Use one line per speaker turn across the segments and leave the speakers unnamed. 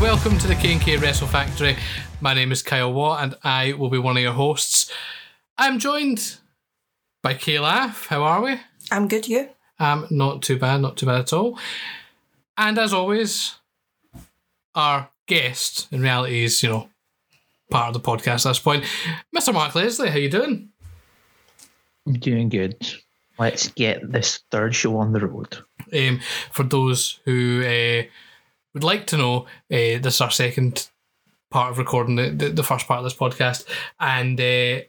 welcome to the K&K Wrestle Factory. My name is Kyle Watt and I will be one of your hosts. I'm joined by Kay Laff. How are we?
I'm good, you?
Um, not too bad, not too bad at all. And as always, our guest in reality is, you know, part of the podcast at this point. Mr. Mark Leslie, how you doing?
I'm doing good. Let's get this third show on the road.
Um, for those who uh, would like to know, uh, this is our second part of recording the, the, the first part of this podcast. And uh,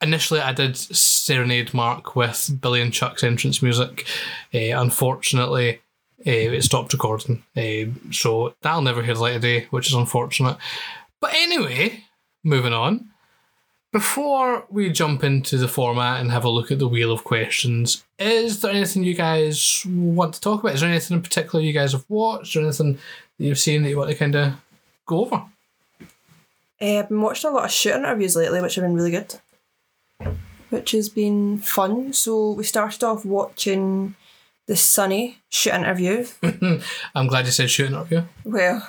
initially, I did serenade Mark with Billy and Chuck's entrance music. Uh, unfortunately, uh, it stopped recording. Uh, so that'll never hear the light of day, which is unfortunate. But anyway, moving on. Before we jump into the format and have a look at the wheel of questions, is there anything you guys want to talk about? Is there anything in particular you guys have watched or anything that you've seen that you want to kind of go over?
Uh, I've been watching a lot of shooting interviews lately, which have been really good, which has been fun. So we started off watching the Sunny shoot interview.
I'm glad you said shooting up here.
Well,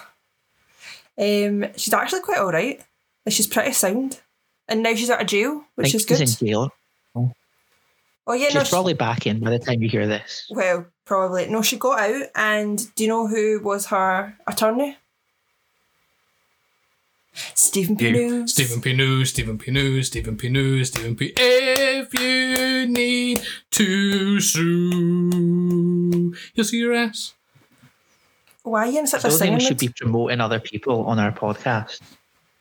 um, she's actually quite all right. Like, she's pretty sound, and now she's out of jail, which is
Think
good.
She's in jail.
Oh yeah, no,
She's
she-
probably back in by the time you hear this.
well, probably no. She got out, and do you know who was her attorney? Stephen
you.
Pugh.
Stephen P. News, Stephen P. News, Stephen P. News, Stephen P. If you need to sue, you'll see your ass.
Why are you in such a
Those
singing
things should
mood?
be promoting other people on our podcast.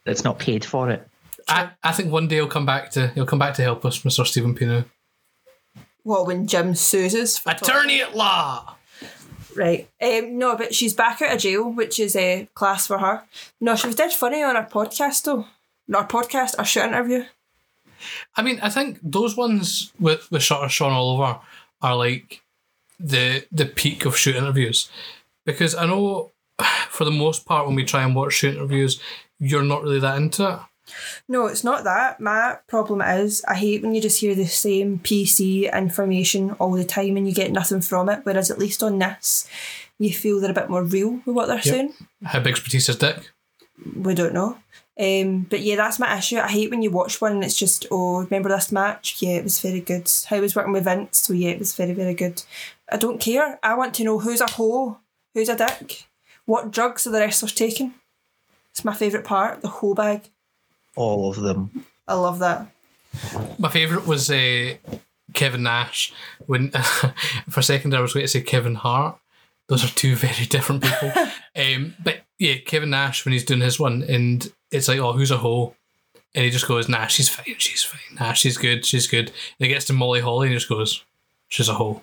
That's not paid for it.
I, I think one day he'll come back to he'll come back to help us, Mr. Stephen Pino.
What when Jim sues us? for talk-
Attorney at law.
Right. Um, no, but she's back out of jail, which is a class for her. No, she was dead funny on her podcast though. Not her podcast, a shoot interview.
I mean, I think those ones with with Shutter Sean Oliver are like the the peak of shoot interviews because I know for the most part when we try and watch shoot interviews, you're not really that into it.
No, it's not that. My problem is I hate when you just hear the same PC information all the time and you get nothing from it. Whereas at least on this, you feel they're a bit more real with what they're saying.
How big's Patisse's dick?
we don't know. Um, but yeah, that's my issue. I hate when you watch one and it's just, oh, remember this match? Yeah, it was very good. I was working with Vince, so yeah, it was very, very good. I don't care. I want to know who's a hoe, who's a dick, what drugs are the wrestlers taking. It's my favourite part, the hoe bag.
All of them.
I love that.
My favourite was uh, Kevin Nash. When for a second I was going to say Kevin Hart. Those are two very different people. um, but yeah, Kevin Nash when he's doing his one, and it's like, oh, who's a hoe? And he just goes, Nah, she's fine, she's fine. Nah, she's good, she's good. And he gets to Molly Holly and he just goes, She's a hoe.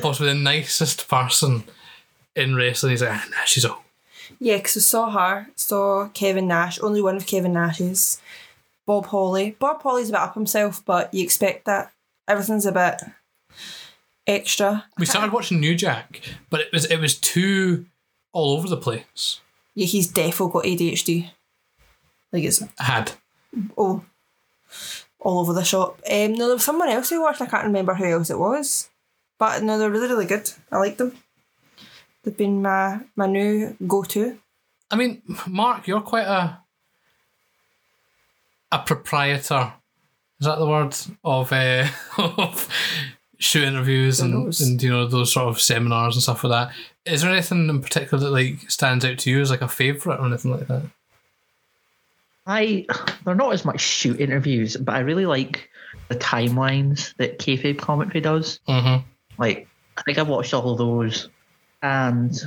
Possibly the nicest person in wrestling. He's like, ah, Nah, she's a hoe.
Yeah, because I saw her, saw Kevin Nash, only one of Kevin Nash's, Bob Holly. Bob Holly's a bit up himself, but you expect that. Everything's a bit extra.
We started watching New Jack, but it was it was too all over the place.
Yeah, he's defo got ADHD. Like it's
I had.
all all over the shop. Um, no, there was someone else who watched. I can't remember who else it was, but no, they're really really good. I like them. They've been my my new go to.
I mean, Mark, you're quite a a proprietor. Is that the word of uh, of shoot interviews and,
knows?
and you know those sort of seminars and stuff like that? Is there anything in particular that like stands out to you as like a favourite or anything like that?
I they're not as much shoot interviews, but I really like the timelines that kayfabe commentary does.
Mm-hmm.
Like I think I've watched all of those, and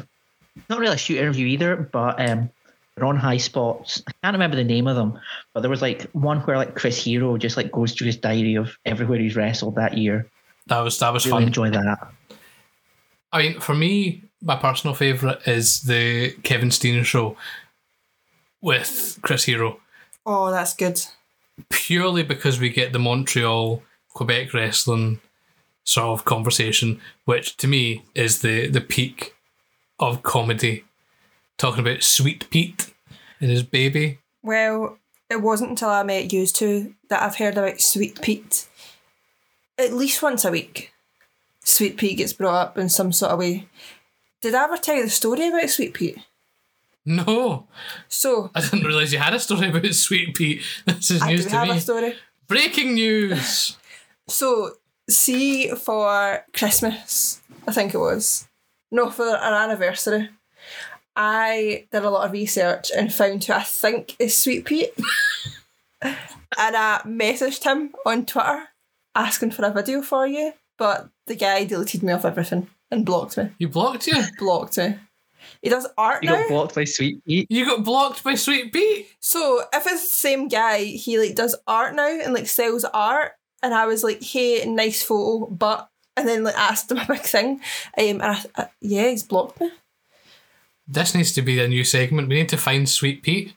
not really a shoot interview either, but um, they're on high spots. I can't remember the name of them, but there was like one where like Chris Hero just like goes through his diary of everywhere he's wrestled that year.
That was that was
Really
fun.
enjoy that.
I mean, for me, my personal favourite is the Kevin Steen show with Chris Hero,
Oh, that's good.
purely because we get the Montreal Quebec wrestling sort of conversation, which to me is the the peak of comedy. Talking about Sweet Pete and his baby.
Well, it wasn't until I met you two that I've heard about Sweet Pete. At least once a week, Sweet Pete gets brought up in some sort of way. Did I ever tell you the story about Sweet Pete?
No,
So,
I didn't realise you had a story about Sweet Pete. This is
I
news
do
to
have
me.
a story.
Breaking news.
So, see for Christmas, I think it was. No, for our anniversary. I did a lot of research and found who I think is Sweet Pete. and I messaged him on Twitter asking for a video for you, but the guy deleted me off everything and blocked me.
you blocked you.
Blocked me. He does art
You
now.
got blocked by Sweet Pete.
You got blocked by Sweet Pete.
So if it's the same guy, he like does art now and like sells art, and I was like, hey, nice photo, but and then like asked him a big thing, um, and I, I, yeah, he's blocked me.
This needs to be the new segment. We need to find Sweet Pete.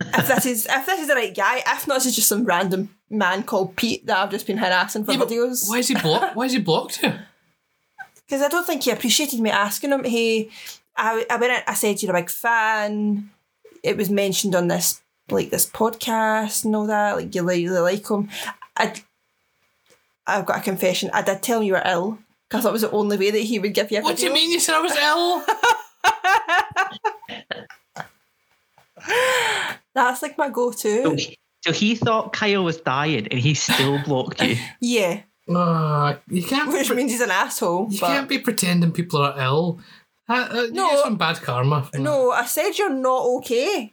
If this is if this is the right guy, if not, it's just some random man called Pete that I've just been harassing for
Yeah, but
videos.
Why is he blocked? Why is he blocked you?
Because I don't think he appreciated me asking him. Hey, I, I went in, I said you're a big fan. It was mentioned on this like this podcast and all that. Like you really, really like him. I I've got a confession. I did tell him you were ill because that was the only way that he would give you. A
What do you
video.
mean you said I was ill?
That's like my
So,
go-to.
so he thought Kyle was dying and he still blocked you.
Yeah,
Ah, you can't.
which
pre-
means he's an asshole.
you
but-
can't be pretending people are ill. Uh, uh, you
No.
get some bad karma. from that.
No, I said you're not okay.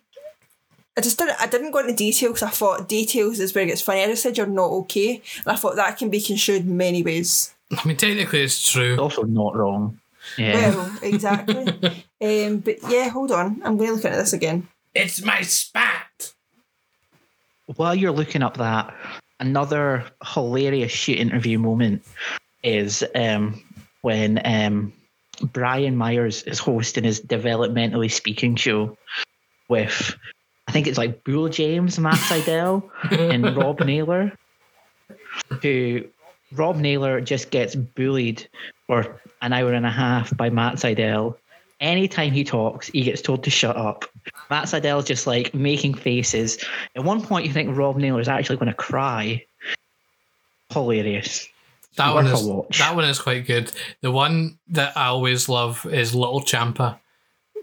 I just didn't. I didn't go into details. I thought details is where it gets funny. I just said you're not okay, and I thought that can be construed many ways.
I mean technically it's true.
Also not wrong. Yeah.
Well, exactly. um, but yeah, hold on. I'm going to look into this again.
It's my spat.
While you're looking up that, another hilarious shoot interview moment is um, when um, Brian Myers is hosting his developmentally speaking show with, I think it's like Bull James, Matt Seidel, and Rob Naylor, who Rob Naylor just gets bullied for an hour and a half by Matt Seidel. Anytime he talks, he gets told to shut up. Matt Seidel's just like making faces. At one point, you think Rob Naylor is actually going to cry. Hilarious.
That
Worth
one
a
is
watch.
that one is quite good. The one that I always love is Little Champa,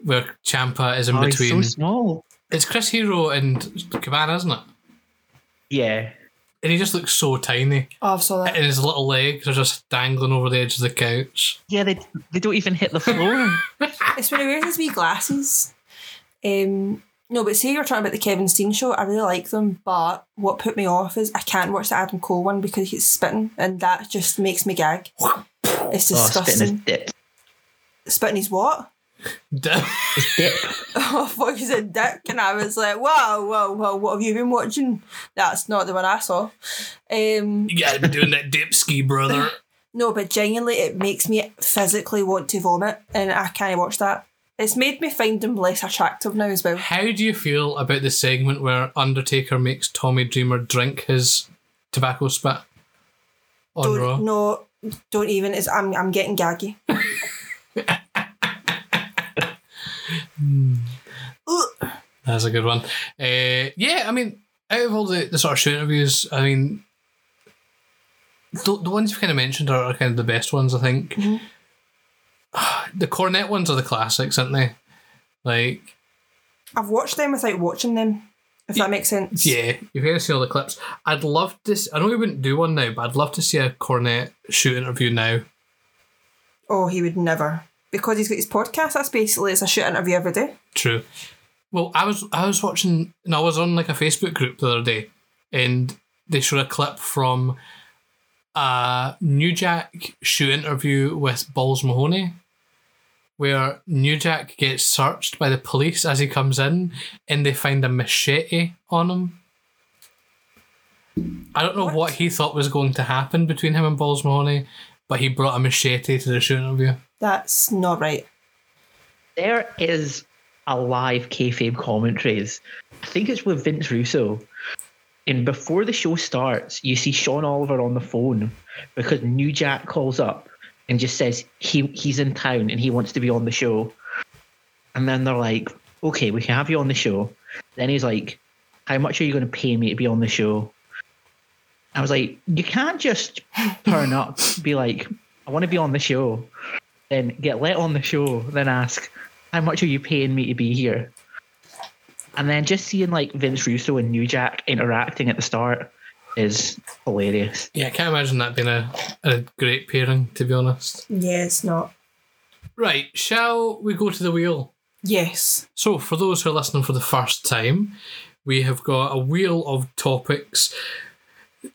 where Champa is in
Oh, he's
between.
so small.
it's Chris Hero and Cabana, isn't it?
Yeah.
And he just looks so tiny,
Oh, I've saw
Uh,
and his little legs are just dangling over the edge of the couch.
Yeah, they, they don't even hit the floor.
It's when he wears his wee glasses. Um, no, but say you're talking about the Kevin Steen show. I really like them, but what put me off is I can't watch the Adam Cole one because he's spitting, and that just makes me gag. It's
oh, spitting his
disgusting.
dip.
spitting his what?
His dip.
oh, I thought you said dick, and I was like, whoa, whoa, whoa, what have you been watching? That's not the one I saw. Um,
you gotta be doing that dip ski, brother.
no, but genuinely, it makes me physically want to vomit, and I can't watch that. It's made me find him less attractive now as well.
How do you feel about the segment where Undertaker makes Tommy Dreamer drink his tobacco spit on
Don't,
Raw?
No, don't even. It's, I'm, I'm getting gaggy. Ugh.
That's a good one. Uh, yeah, I mean, out of all the, the sort of shoot interviews, I mean, the, the ones you've kind of mentioned are, are kind of the best ones, I think.
Mhm.
The Cornet ones are the classics, aren't they? Like,
I've watched them without watching them, if that makes sense.
Yeah, you've kind of seen all the clips. I'd love to. See, I know we wouldn't do one now, but I'd love to see a Cornet shoot interview now.
Oh, he would never. Because he's got his podcast, that's basically it's a shoot interview every day.
True. Well, I was I was watching and I was on like a Facebook group the other day, and they showed a clip from a New Jack shoot interview with Balls Mahoney, where New Jack gets searched by the police as he comes in, and they find a machete on him. I don't know what,
What?
he thought was going to happen between him and Balls Mahoney, but he brought a machete to the shoot interview.
That's not right.
There is a live kayfabe commentaries. I think it's with Vince Russo. And before the show starts, you see Sean Oliver on the phone because New Jack calls up and just says he he's in town and he wants to be on the show. And then they're like, "Okay, we can have you on the show." Then he's like, "How much are you going to pay me to be on the show?" I was like, "You can't just turn up, be like, I want to be on the show." then get let on the show, then ask, how much are you paying me to be here? And then just seeing like Vince Russo and New Jack interacting at the start is hilarious.
Yeah, I can't imagine that being a, a great pairing, to be honest.
Yeah, it's not.
Right, shall we go to the wheel?
Yes.
So, for those who are listening for the first time, we have got a wheel of topics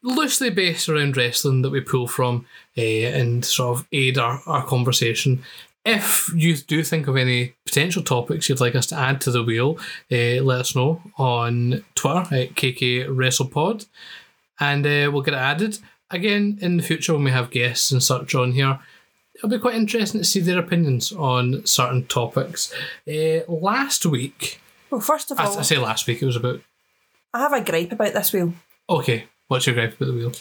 loosely based around wrestling that we pull from uh, and sort of aid our, our conversation. If you do think of any potential topics you'd like us to add to the wheel, uh, let us know on Twitter at KKWrestlePod and uh, we'll get it added. Again, in the future, when we have guests and such on here, it'll be quite interesting to see their opinions on certain topics. Uh, last week,
Well, first of
I,
all,
I say last week, it was about.
I have a gripe about this wheel.
Okay, what's your gripe about the wheel?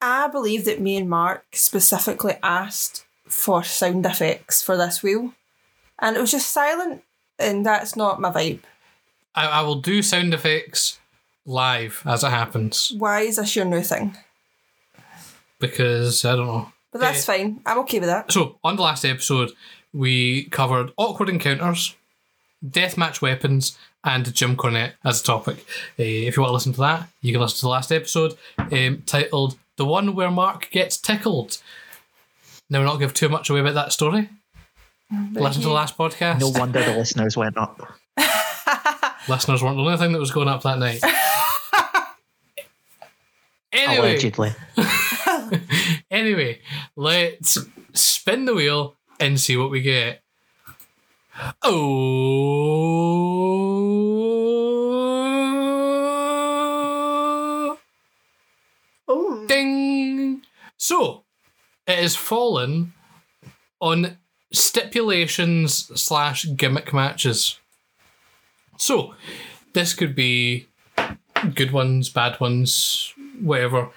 I believe that me and Mark specifically asked for sound effects for this wheel, and it was just silent, and that's not my vibe.
I, I will do sound effects live as it happens
Why is this your new thing?
because I don't know.
But that's fine. I'm okay with that.
So, on the last episode, we covered awkward encounters, deathmatch weapons, and Jim Cornette as a topic. Eh, if you want to listen to that, you can listen to the last episode um, titled The One Where Mark Gets Tickled. Now, we're not give too much away about that story. Listen to the last podcast.
No wonder the listeners went up.
Listeners weren't the only thing that was going up that night. anyway,
Allegedly.
Anyway, let's spin the wheel and see what we get. Oh.
Oh.
Ding. So, it has fallen on stipulations slash gimmick matches. So, this could be good ones, bad ones, whatever.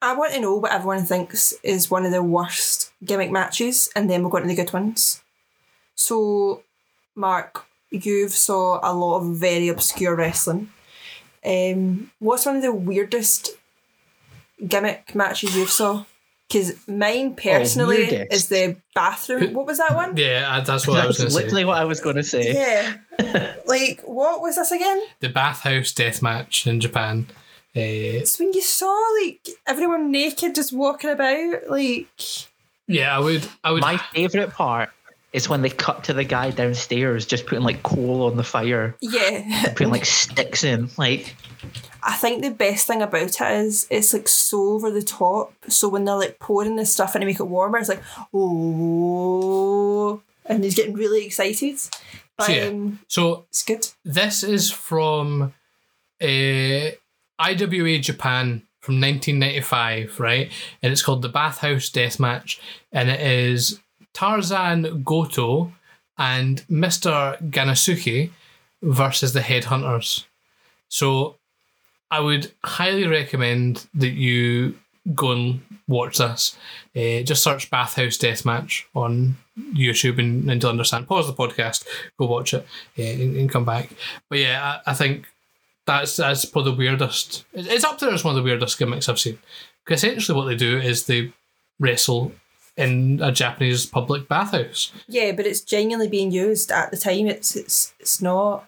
I want to know what everyone thinks is one of the worst gimmick matches, and then we'll go into the good ones. So, Mark, you've saw a lot of very obscure wrestling. Um, what's one of the weirdest gimmick matches you've saw? Because mine personally
weirdest.
is the bathroom. What was that one?
Yeah, I- that's what I was
That's
going to say.
literally what I was going to say.
Yeah. like, what was this again?
the bathhouse death match in Japan. Uh,
It's when you saw like everyone naked just walking about, like.
yeah, I would. I would.
My favourite part is when they cut to the guy downstairs just putting like coal on the fire,
Yeah,
putting like sticks in. Like,
I think the best thing about it is it's like so over the top. So when they're like pouring this stuff in to make it warmer, it's like oh, and he's getting really excited. But
So, yeah.
um,
so
it's good.
this is from uh, IWA Japan from 1995, right? And it's called the Bathhouse Death Match, and it is Tarzan Goto and Mister Ganasuke versus the Headhunters. So, I would highly recommend that you go and watch this. Uh, just search Bathhouse Death Match on YouTube and, and you'll understand. Pause the podcast, go watch it, uh, and, and come back. But yeah, I, I think that's that's probably the weirdest. it- It's up there as one of the weirdest gimmicks I've seen. 'Cause essentially, what they do is they wrestle in a Japanese public bathhouse.
Yeah, but it's genuinely being used at the time. It's it's it's not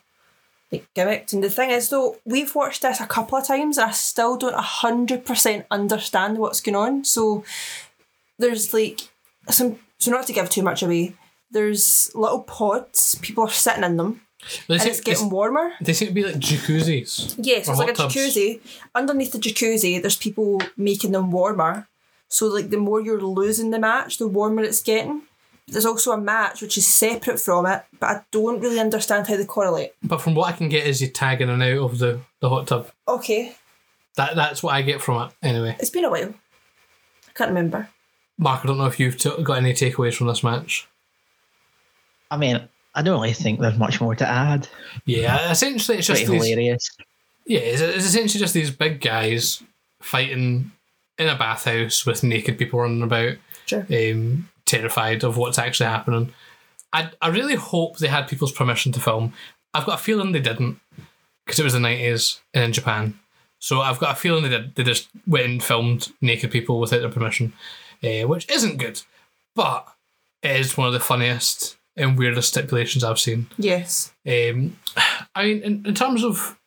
like gimmicked. And the thing is, though, we've watched this a couple of times, and I still don't hundred percent understand what's going on. So there's like some. So not to give too much away, there's little pods. People are sitting in them,
They
and
seem,
it's getting warmer.
they seem to be like jacuzzis.
Yeah,
or
so it's like a
hot tubs.
jacuzzi. Underneath the jacuzzi, there's people making them warmer. So like the more you're losing the match, the warmer it's getting. There's also a match which is separate from it, but I don't really understand how they correlate.
But from what I can get, is you tag in and out of the, the hot tub.
Okay,
That that's what I get from it anyway.
it's been a while. I can't remember.
Mark, I don't know if you've t- got any takeaways from this match.
I mean, I don't really think there's much more to add.
Yeah, essentially it's
Mm-hmm. Pretty
just these,
hilarious.
yeah, it's, it's essentially just these big guys fighting in a bathhouse with naked people running about,
Sure.
um, terrified of what's actually happening. I I really hope they had people's permission to film. I've got a feeling they didn't because it was the nineties in Japan, so I've got a feeling they did. They just went and filmed naked people without their permission, uh, which isn't good. But it is one of the funniest and weirdest stipulations I've seen.
Yes.
Um, I mean, in, in terms of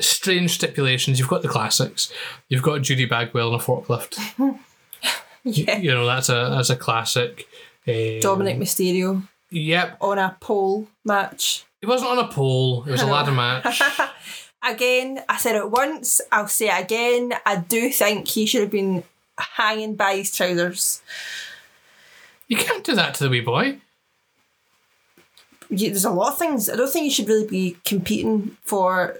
strange stipulations, you've got the classics. You've got Judy Bagwell on a forklift. You-
Yeah.
You, know that's a that's a classic. Um,
Dominic Mysterio
Yep,
on a pole match.
it wasn't on a pole. It was a
I know.
ladder match.
Again, I said it once, I'll say it again. I do think he should have been hanging by his trousers.
you can't do that to the wee boy.
You, there's a lot of things. I don't think you should really be competing for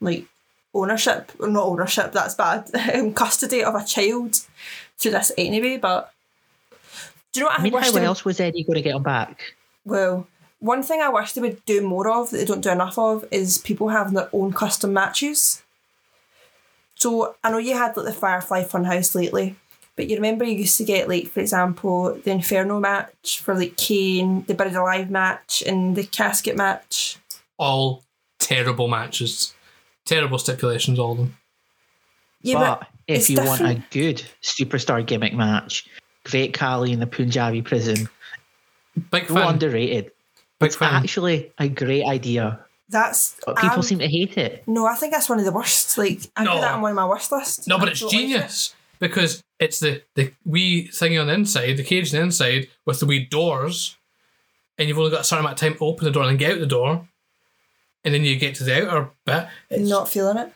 like ownership, or not ownership, that's bad, um, custody of a child through this anyway. But do you know what I,
I mean,
wish
how
they would
else was Eddie going to get him back?
Well, one thing I wish they would do more of that they don't do enough of is people having their own custom matches. So I know you had like the Firefly Funhouse lately, but you remember you used to get like, for example, the Inferno match for like Kane, the Buried Alive match, and the Casket match.
All terrible matches, terrible stipulations. All of them.
Yeah,
but,
but,
if
it's
you want a
different.
good superstar gimmick match, Great Khali in the Punjabi prison,
Big
go
fan.
underrated.
big
It's
fan.
actually a great idea,
that's
but people
I'm-
seem to hate it.
No, I think that's one of the worst. Like I
No.
put that on one of my worst lists.
No, but
I
it's
don't like it.
genius because it's the the wee thingy on the inside, the cage on the inside with the wee doors, and you've only got a certain amount of time to open the door and get out the door, and then you get to the outer bit. It's,
Not feeling it.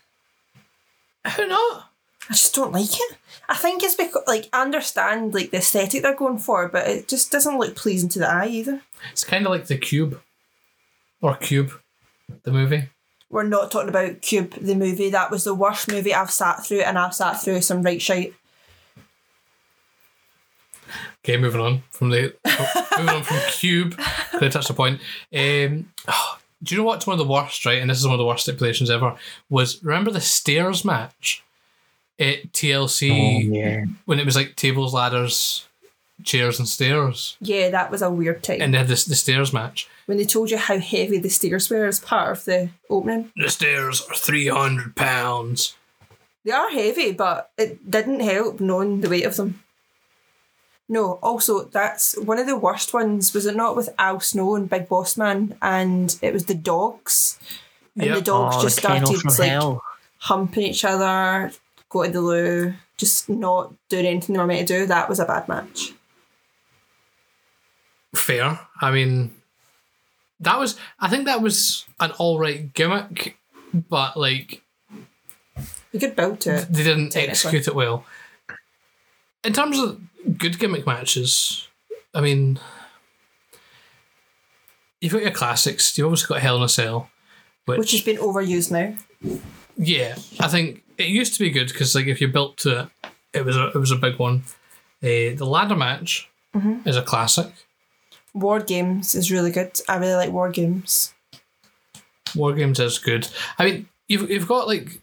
how not?
I just don't like it. I think it's because, like, I understand, like, the aesthetic they're going for, but it just doesn't look pleasing to the eye either.
It's kind of like the cube, or cube, the movie.
We're not talking about Cube, the movie. That was the worst movie I've sat through, and I've sat through some right shite.
Okay, moving on from the moving on from Cube. Could I touch the point? Um, do you know what's one of the worst? Right, and this is one of the worst stipulations ever. Was remember the stairs match at TLC
yeah.
when it was like tables, ladders, chairs, and stairs,
Yeah, that was a weird time.
and they had this the stairs match.
when they told you how heavy the stairs were as part of the opening.
The stairs are three hundred pounds.
They are heavy, but it didn't help knowing the weight of them. No, also, that's one of the worst ones. Was it not with Al Snow and Big Boss Man? And it was the dogs. And the
Yep.
dogs
oh,
just
the kennel
started,
from
like,
hell.
humping each other, go to the loo, just not doing anything they were meant to do. That was a bad match.
Fair. I mean, that was. I think that was an all right gimmick, but like
You could build to it.
they didn't
Technically.
execute it well. In terms of good gimmick matches, I mean, you've got your classics. You've obviously got Hell in a Cell, which,
Which has been overused now.
yeah, I think it used to be good because like if you built to it, it was a it was a big one. Uh, the ladder match is a classic.
War Games is really good. I really like War Games.
War Games is good. I mean, you've you've got like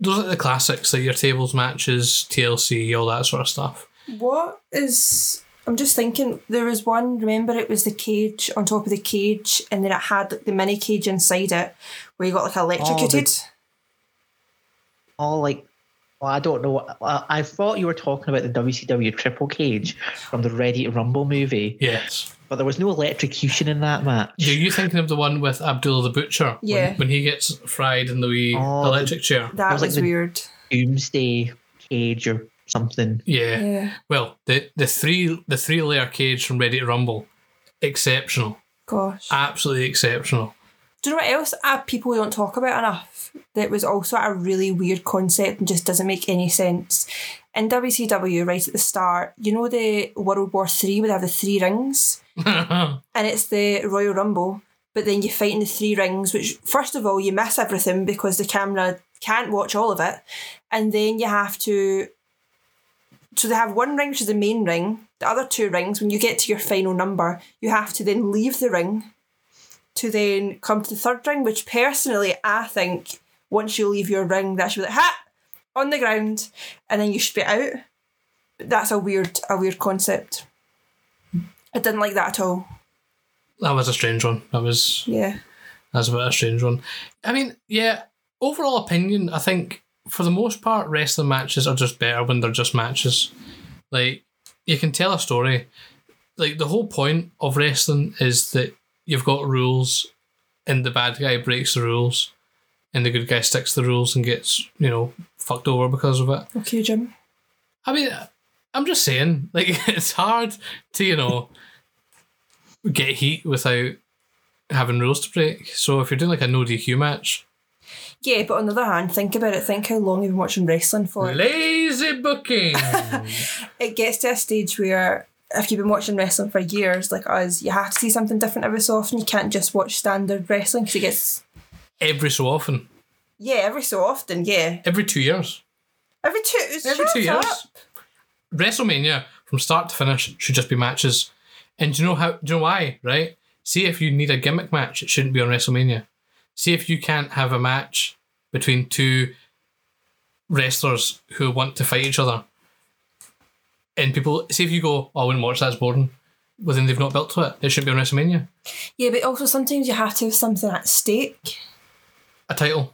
those are the classics, like your tables matches, TLC, all that sort of stuff.
What is. I'm just thinking, there was one, remember it was the cage on top of the cage, and then it had like, the mini cage inside it where you got like electrocuted.
Oh, all Oh, like well, I don't know. I, I thought you were talking about the WCW triple cage from the Ready to Rumble movie,
Yes.
but there was no electrocution in that match.
Are you thinking of the one with Abdullah the Butcher? When-
Yeah.
When, he gets fried in the wee
Oh,
electric chair.
that
was,
was,
like, the-
weird.
Doomsday cage or something.
Yeah.
Yeah.
Well, the, the three the three layer cage from Ready to Rumble, exceptional,
Gosh.
Ah.
absolutely exceptional.
Do you know what else uh, people don't talk about enough? That was also a really weird concept and just doesn't make any sense. In WCW, right at the start, you know the World War Three would have the three rings, and it's the Royal Rumble. But then you fight in the three rings, which first of all you miss everything because the camera can't watch all of it, and then you have to. So they have one ring, which is the main ring. The other two rings, when you get to your final number, you have to then leave the ring to then come to the third ring, which personally I think once you leave your ring, that should be like ha on the ground, and then you spit out. But that's a weird, a weird concept. I didn't like that at all.
that was a strange one. That was
Yeah,
that's a bit of a strange one. I mean, yeah. Overall opinion, I think for the most part, wrestling matches are just better when they're just matches. Like you can tell a story. There's like the whole point of wrestling is that you've got rules, and the bad guy breaks the rules, and the good guy sticks to the rules and gets you know fucked over because of it.
Okay, Jim.
I mean, I'm just saying, like it's hard to you know get heat without having rules to break. So if you're doing like a no DQ match,
Yeah, but on the other hand, think about it. Think how long you've been watching wrestling
Mm.
for.
lazy booking.
it gets to a stage where if you've been watching wrestling for years, like us, you have to see something different every so often. You can't just watch standard wrestling because it gets
every so often,
yeah every so often. Yeah,
every two years,
every two it's
every
shut
two
up.
years, WrestleMania from start to finish should just be matches. And do you know how? Do you know why? Right? See if you need a gimmick match, it shouldn't be on WrestleMania. See if you can't have a match between two wrestlers who want to fight each other. And people see if you go, oh, I wouldn't watch that's boring. Well, then they've not built to it. It shouldn't be on WrestleMania.
Yeah, but also sometimes you have to have something at stake.
A title,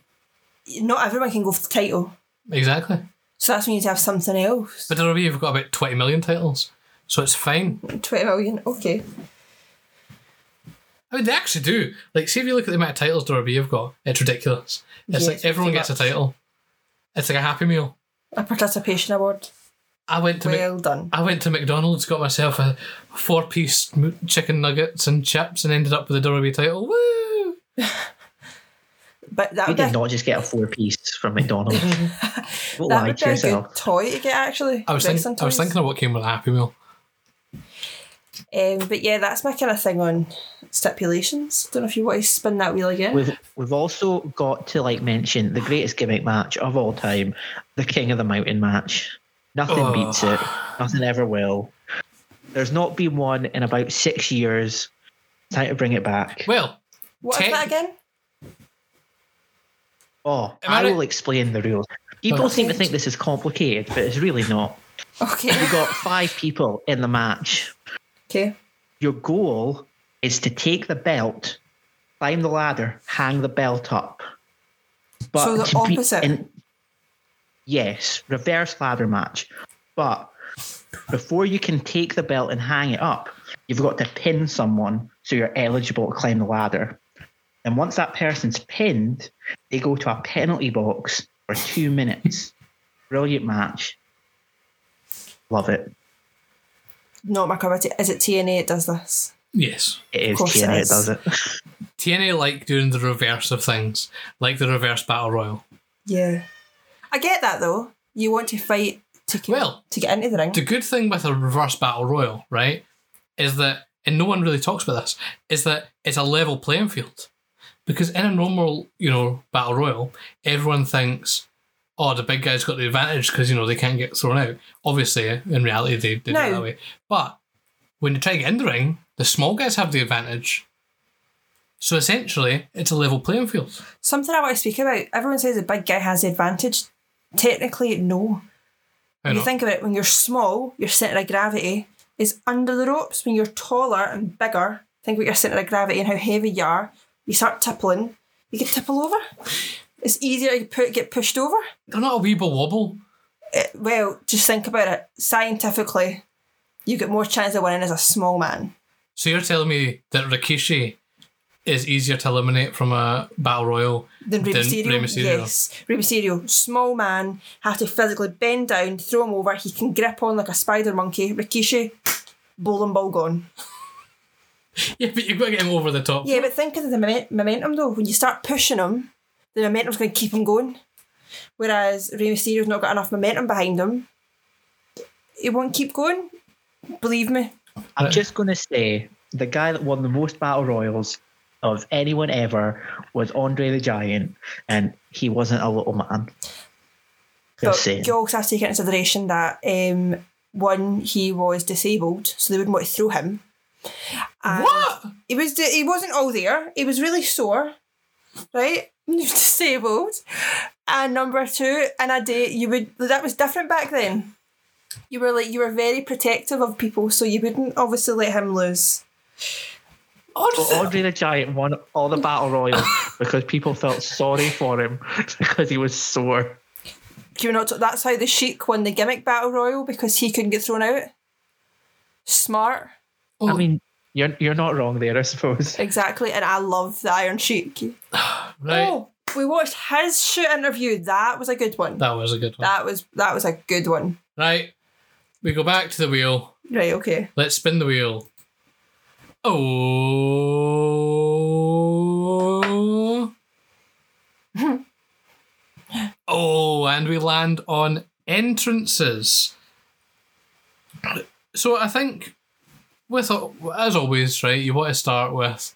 Not everyone can go for the title,
exactly.
so that's when you need to have something else.
But there already you've got about twenty million titles, so it's fine.
Twenty million, okay.
I mean, they actually do. Like, see if you look at the amount of titles WWE have got, it's ridiculous. It's
Yeah,
like everyone
pretty
gets a
much.
title. It's like a Happy Meal.
A participation award.
I went to Mc-
well done.
I went to McDonald's, got myself a four piece chicken nuggets and chips, and ended up with a WWE title. Woo!
But that
You
would be,
did not just get a four piece from McDonald's. Don't
that
lie
would be
to
a
yourself.
good toy to get actually.
I was
wrestling
thinking, I was
toys.
thinking of what came with a Happy Meal.
Um, but yeah, that's my kind of thing on stipulations. Don't know if you want to spin that wheel again.
We've we've also got to like mention the greatest gimmick match of all time, the King of the Mountain match. Nothing
Oh.
beats it. Nothing ever will. There's not been one in about six years. Time to bring it back.
Well,
What is
Tech-
that again?
Oh,
Am I
I
right?
will explain the rules. People
Okay.
seem to think this is complicated, but it's really not.
Okay.
You've got five people in the match.
okay.
Your goal is to take the belt, climb the ladder, hang the belt up. But
So the
to be
opposite.
in- yes, reverse ladder match. But before you can take the belt and hang it up, you've got to pin someone so you're eligible to climb the ladder. And once that person's pinned, they go to a penalty box for two minutes. Brilliant match. Love it.
Not my cup of tea. Is it TNA that does this?
yes.
It
Of
is
course it
TNA,
is.
it does it.
TNA like doing the reverse of things, like the reverse battle royal.
Yeah. I get that though. You want to fight to get,
Well,
to get into the ring.
The good thing with a reverse battle royal, right, is that, and no one really talks about this, is that it's a level playing field. Because in a normal, you know, battle royal, everyone thinks, oh, the big guy's got the advantage because, you know, they can't get thrown out. Obviously, in reality, they, they do it
No.
that way. But when you try to get in the ring, the small guys have the advantage. So essentially, it's a level playing field.
Something I want to speak about. Everyone says the big guy has the advantage. Technically, no.
Why
When you
not?
think about it, when you're small, your centre of gravity is under the ropes. When you're taller and bigger, think about your centre of gravity and how heavy you are. You start tippling, you could tipple over. It's easier to put, get pushed over.
They're not a weeble wobble.
It- well, just think about it. Scientifically, you get more chance of winning as a small man.
So you're telling me that Rikishi is easier to eliminate from a battle royal
Then Rey
Than
Mysterio,
Rey Mysterio.
yes. Rey Mysterio, small man, have to physically bend down, throw him over. He can grip on like a spider monkey. Rikishi, bowling ball gone.
Yeah, but you've got to get him over the top.
Yeah, but think of the momen- momentum though. When you start pushing him, the momentum's going to keep him going. Whereas Rey Mysterio's not got enough momentum behind him. He won't keep going. Believe me.
I'm
Right.
just going to say the guy that won the most battle royals of anyone ever was Andre the Giant, and he wasn't a little man. Just saying.
But you also have to take into consideration that um, one, he was disabled, so they wouldn't want to throw him. And
What?
He was. Di- he wasn't all there. He was really sore, right? He was disabled. And number two, in a day, you would that was different back then. You were like you were very protective of people, so you wouldn't obviously let him lose.
But Andre the Giant won all the battle royals because people felt sorry for him because he was sore.
Do you not? That's how the Sheik won the gimmick battle royal because he couldn't get thrown out. Smart.
Oh.
I mean, you're you're not wrong there, I suppose.
Exactly, and I love the Iron Sheik.
Right.
Oh, we watched his shoot interview. That was a good one.
That was a good one.
That was that was a good one.
Right. We go back to the wheel.
Right, okay.
Let's spin the wheel. Oh. oh, and we land on entrances. So I think, with as always, right, you want to start with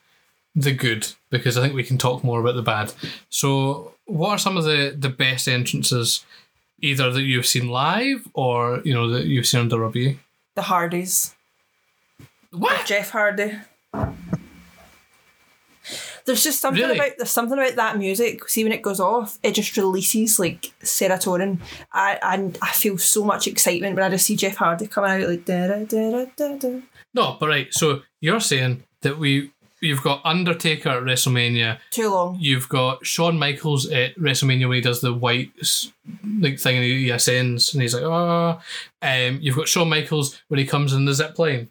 the good because I think we can talk more about the bad. So, what are some of the the best entrances, either that you've seen live or you know that you've seen on the review?
The Hardys.
What?
Jeff Hardy. There's just something
Really?
about there's something about that music. See when it goes off, it just releases like serotonin. I and I feel so much excitement when I just see Jeff Hardy coming out like da da da da da.
No, but right. So you're saying that we you've got Undertaker at WrestleMania,
Too long.
you've got Shawn Michaels at WrestleMania where he does the white s- like thing and he ascends and he's like ah, um, you've got Shawn Michaels when he comes in the zip line.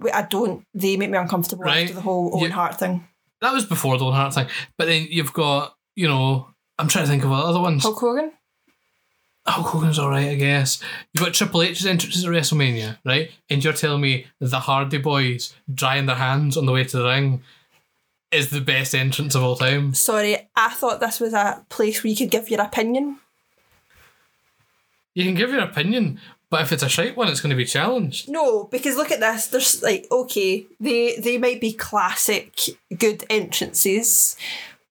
Wait, I don't. They make me uncomfortable
Right.
after the whole Owen
You-
Hart thing.
That was before the Owen Hart thing. But then you've got you know I'm trying to think of other ones.
Hulk Hogan.
Hulk Hogan's all right, I guess. You've got Triple H's entrances at WrestleMania, right? And you're telling me the Hardy Boys drying their hands on the way to the ring is the best entrance of all time?
Sorry, I thought this was a place where you could give your opinion.
You can give your opinion, but if it's a shite one, it's going to be challenged.
No, because look at this. There's like okay, they they might be classic good entrances,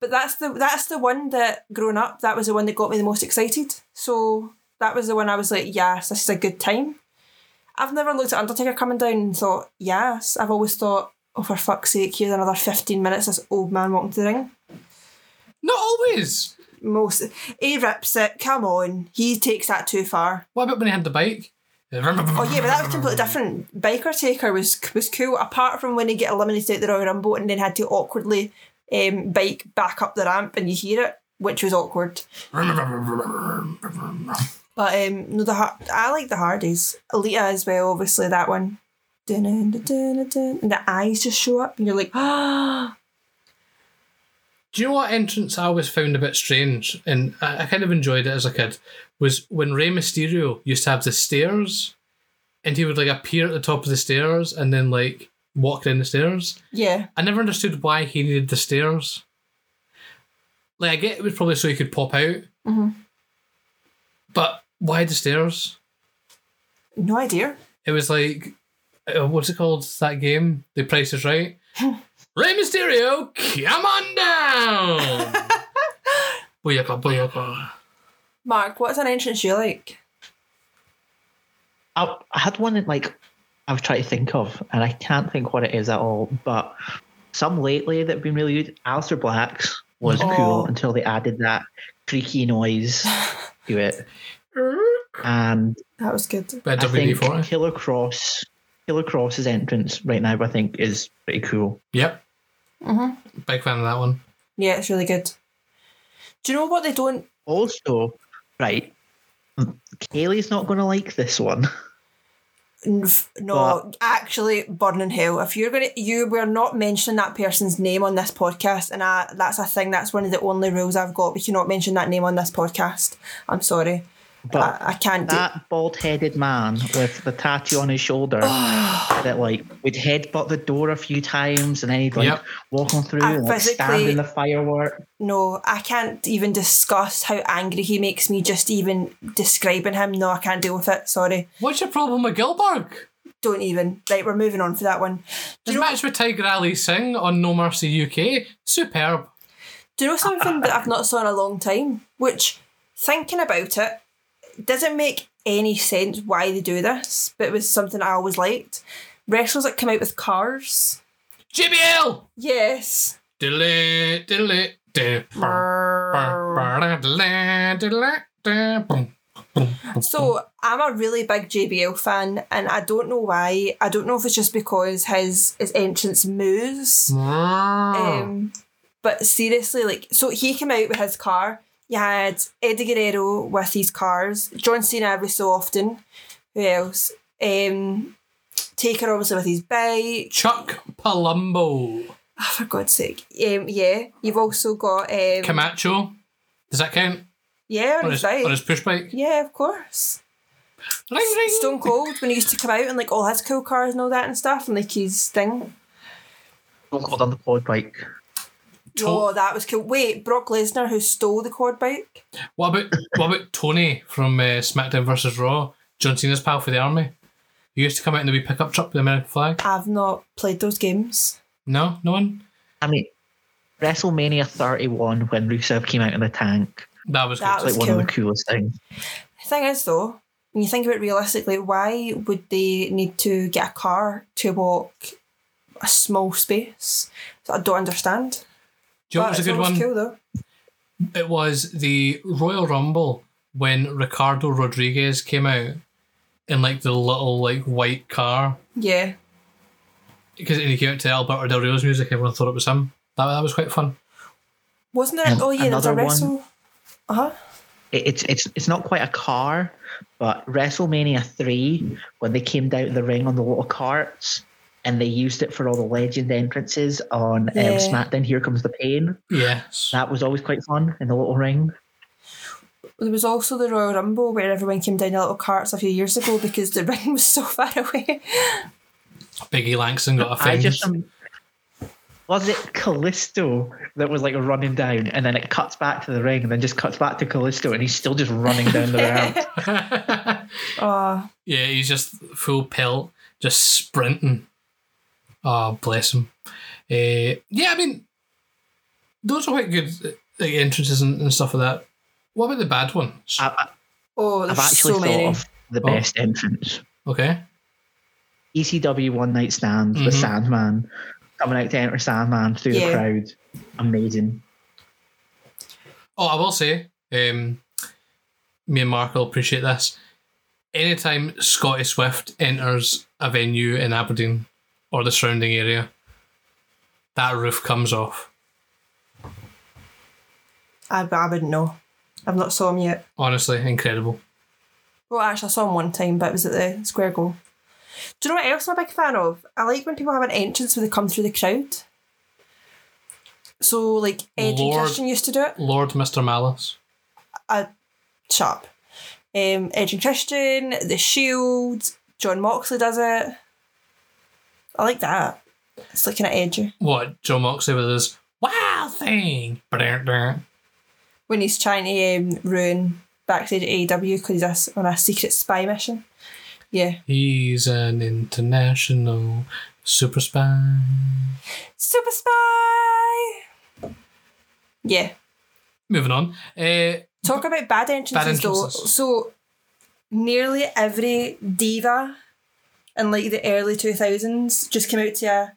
but that's the that's the one that growing up that was the one that got me the most excited. So that was the one I was like, yes, this is a good time. I've never looked at Undertaker coming down and thought, yes. I've always thought, oh for fuck's sake, here's another fifteen minutes. This old man walking to the ring.
Not always.
Most he rips it. Come on, he takes that too far.
What about when he had the bike?
Oh yeah, but that was completely different. Biker Taker was was cool, apart from when he get eliminated at the Royal Rumble and then had to awkwardly um, bike back up the ramp and you hear it, which was awkward. But um, no, the Har- I like the Hardys, Alita as well, obviously that one. Dun, dun, dun, dun, dun. And the eyes just show up, and you're like, ah,
Do you know what entrance I always found a bit strange, and I, I kind of enjoyed it as a kid, was when Rey Mysterio used to have the stairs, and he would like appear at the top of the stairs and then like walk down the stairs.
yeah,
I never understood why he needed the stairs. Like I get it was probably so he could pop out,
Mhm.
but why the stairs?
no idea.
It was like, uh, what's it called? That game, The Price is Right. Rey Mysterio, come on down. booyaka, booyaka.
Mark, what's an entrance you like?
I, I had one that like I was trying to think of, and I can't think what it is at all. But some lately that have been really good. Alistair Black's was
Oh.
cool until they added that creaky noise to it, and
That was good.
Bit
I
of WD
think
forty.
Killer Cross, Killer Cross's entrance right now, I think is pretty cool.
Yep,
hmm
Mm-hmm.
big fan of that one.
Yeah, it's really good. Do you know what they don't?
Also, right, Kaylee's not going to like this one.
Nf- No, actually, burn in hell. If you're gonna, you were not mentioning that person's name on this podcast, and I, that's a thing. That's one of the only rules I've got. We cannot mention that name on this podcast. I'm sorry,
But
I, I can't do.
that bald-headed man with the tattoo on his shoulder that like would headbutt the door a few times and then he'd like
Yep.
walk on through
I
and like stand
physically-
in the firework.
No, I can't even discuss how angry he makes me. Just even describing him, no, I can't deal with it. Sorry,
What's your problem with Gilberg?
don't even. Right, we're moving on for that one. Do
His
you know?
match with Tiger Ali Singh on No Mercy UK, superb.
Do you know something that I've not saw in a long time? Which, thinking about it, doesn't make any sense why they do this, but it was something I always liked. Wrestlers that come out with cars.
JBL.
Yes.
Diddle, diddle, diddle. Diddle, diddle, diddle, boom.
So I'm a really big JBL fan, and I don't know why. I don't know if it's just because his his entrance moves. Um,
Ah.
but seriously, like, so he came out with his car. You had Eddie Guerrero with his cars, John Cena every so often. Who else? Um, Taker obviously with his bike.
Chuck Palumbo.
Oh, for God's sake. Um, yeah. You've also got um,
Camacho. Does that count?
yeah on
On
his
his,
bike.
on his push bike?
yeah, of course.
Ring, ring.
Stone Cold when he used to come out and like all his cool cars and all that and stuff and like his thing.
Don't hold Oh, on the quad bike.
To-
oh, that was cool. Wait, Brock Lesnar who stole the quad bike.
What about what about Tony from uh, SmackDown versus Raw? John Cena's pal for the army. He used to come out in the wee pickup truck with the American flag.
I've not played those games.
No, no one.
I mean, WrestleMania 31 when Rusev came out in the tank.
That was
That
good.
It's like
was
one
cool.
of the coolest things.
The thing is though, when you think about it realistically, why would they need to get a car to walk a small space? So I don't understand.
Do you know what was
But
a
it's
good
always
one?
Cool though.
It was the Royal Rumble when Ricardo Rodriguez came out in like the little like white car
Yeah.
because he came out to Alberto Del Rio's music. Everyone thought it was him. That, that was quite fun.
Wasn't there?
And
Oh yeah, there was a
another one.
wrestle. Uh huh.
It, it's it's it's not quite a car, but WrestleMania 3 when they came down the ring on the little carts and they used it for all the legend entrances on
Yeah.
um, SmackDown. Here comes the pain.
Yes.
That was always quite fun in the little ring.
There was also the Royal Rumble where everyone came down in little carts a few years ago because the ring was so far away.
Biggie Langston got a thing.
I just um, was it Callisto that was like running down, and then it cuts back to the ring, and then just cuts back to Callisto, and he's still just running down the ramp.
Ah,
Yeah, he's just full pelt, just sprinting. Oh, bless him. Uh, yeah, I mean, those are quite good like, entrances and, and stuff like that. What about the bad ones?
I, I-
oh,
I've
there's
actually
so
thought
many.
of the
Oh.
best entrance.
okay.
ECW One Night Stand
Mhm.
with Sandman coming out to enter Sandman through
Yeah.
the crowd. Amazing.
Oh, I will say, um, me and Mark will appreciate this. Anytime Scotty Swift enters a venue in Aberdeen or the surrounding area, that roof comes off.
I, I wouldn't know. I've not saw him yet.
Honestly, incredible.
Well, actually, I saw him one time, but it was at the Square Goal. Do you know what else I'm a big fan of? I like when people have an entrance where they come through the crowd. So, like, Edge
Lord.
and Christian used to do it.
Lord Mr. Malice.
Sharp. Um, Edge and Christian, The Shield, John Moxley does it. I like that. It's looking at Edge
What, Joe Moxley with his wow thing? Ba-dum-dum.
when he's trying to um, ruin backstage at AEW because he's a s on a secret spy mission. Yeah.
He's an international super spy.
Super spy! Yeah.
Moving on. Uh,
Talk about bad entrances,
Bad
though.
entrances.
So, nearly every diva in like the early 2000s just came out to a,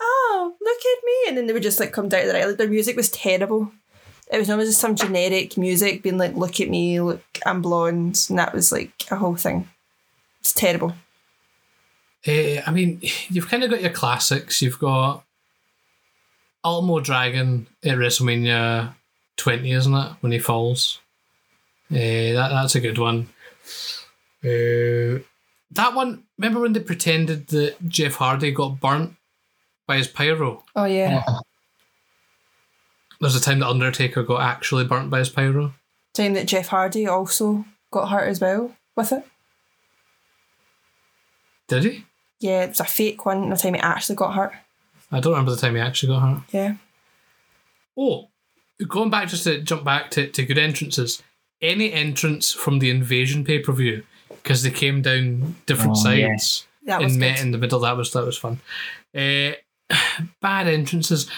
oh, look at me. And then they would just like come down to the right. Like, their music was terrible. It was almost just some generic music being like, look at me, look, I'm blonde. And that was like a whole thing. It's terrible.
eh, I mean, you've kind of got your classics. You've got Ultimo Dragon at WrestleMania 20, isn't it? When he falls. Eh, that, that's a good one. Eh, that one, remember when they pretended that Jeff Hardy got burnt by his pyro?
Oh, yeah.
There's a time that Undertaker got actually burnt by his pyro.
Time that Jeff Hardy also got hurt as well with it.
Did he?
Yeah, it was a fake one and the time he actually got hurt.
I don't remember the time he actually got hurt.
Yeah.
Oh, going back just to jump back to, to good entrances. Any entrance from the invasion pay per view because they came down different
Oh, yeah.
sides
That was
and
good.
met in the middle. That was that was fun. Uh, bad entrances.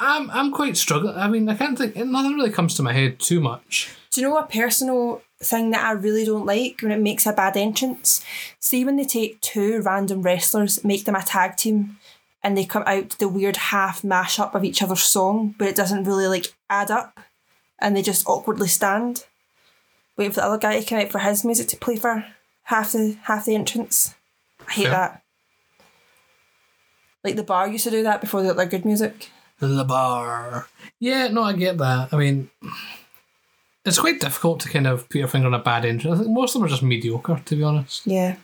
I'm I'm quite struggling. I mean, I can't think. Nothing really comes to my head too much.
Do you know a personal thing that I really don't like when it makes a bad entrance? See when they take two random wrestlers, make them a tag team, and they come out the weird half mashup of each other's song, but it doesn't really like add up, and they just awkwardly stand, waiting for the other guy to come out for his music to play for half the half the entrance. I hate
Fair.
that. Like the bar used to do that before they got their good music.
The bar. Yeah, no, I get that. I mean, it's quite difficult to kind of put your finger on a bad entrance. I think most of them are just mediocre, to be honest.
Yeah.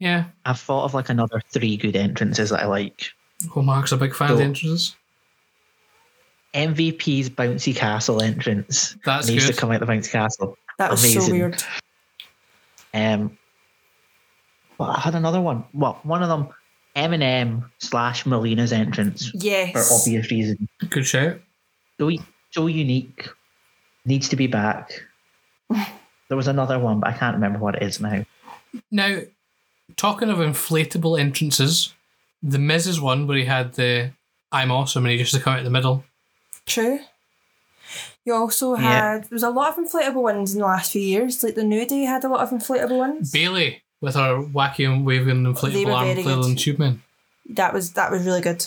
Yeah.
I've thought of like another three good entrances that I like.
Hallmark's a big fan of the
Cool.
entrances.
MVP's bouncy castle entrance.
That's
needs
good.
to come out the bouncy castle.
That was so
Amazing.
weird.
Um, but I had another one. Well, one of them, Eminem slash Melina's entrance for
Yes.
obvious reasons.
Good shout.
So, so unique, needs to be back. There was another one, but I can't remember what it is now.
Now, talking of inflatable entrances, the Miz's one where he had the I'm awesome and he used to come out the middle.
True. You also
Yeah.
had there was a lot of inflatable ones in the last few years. Like the New Day had a lot of inflatable ones.
Bailey with her wacky and waving
They were
inflatable arm
very
flailing
good.
tube man.
that was that was really good.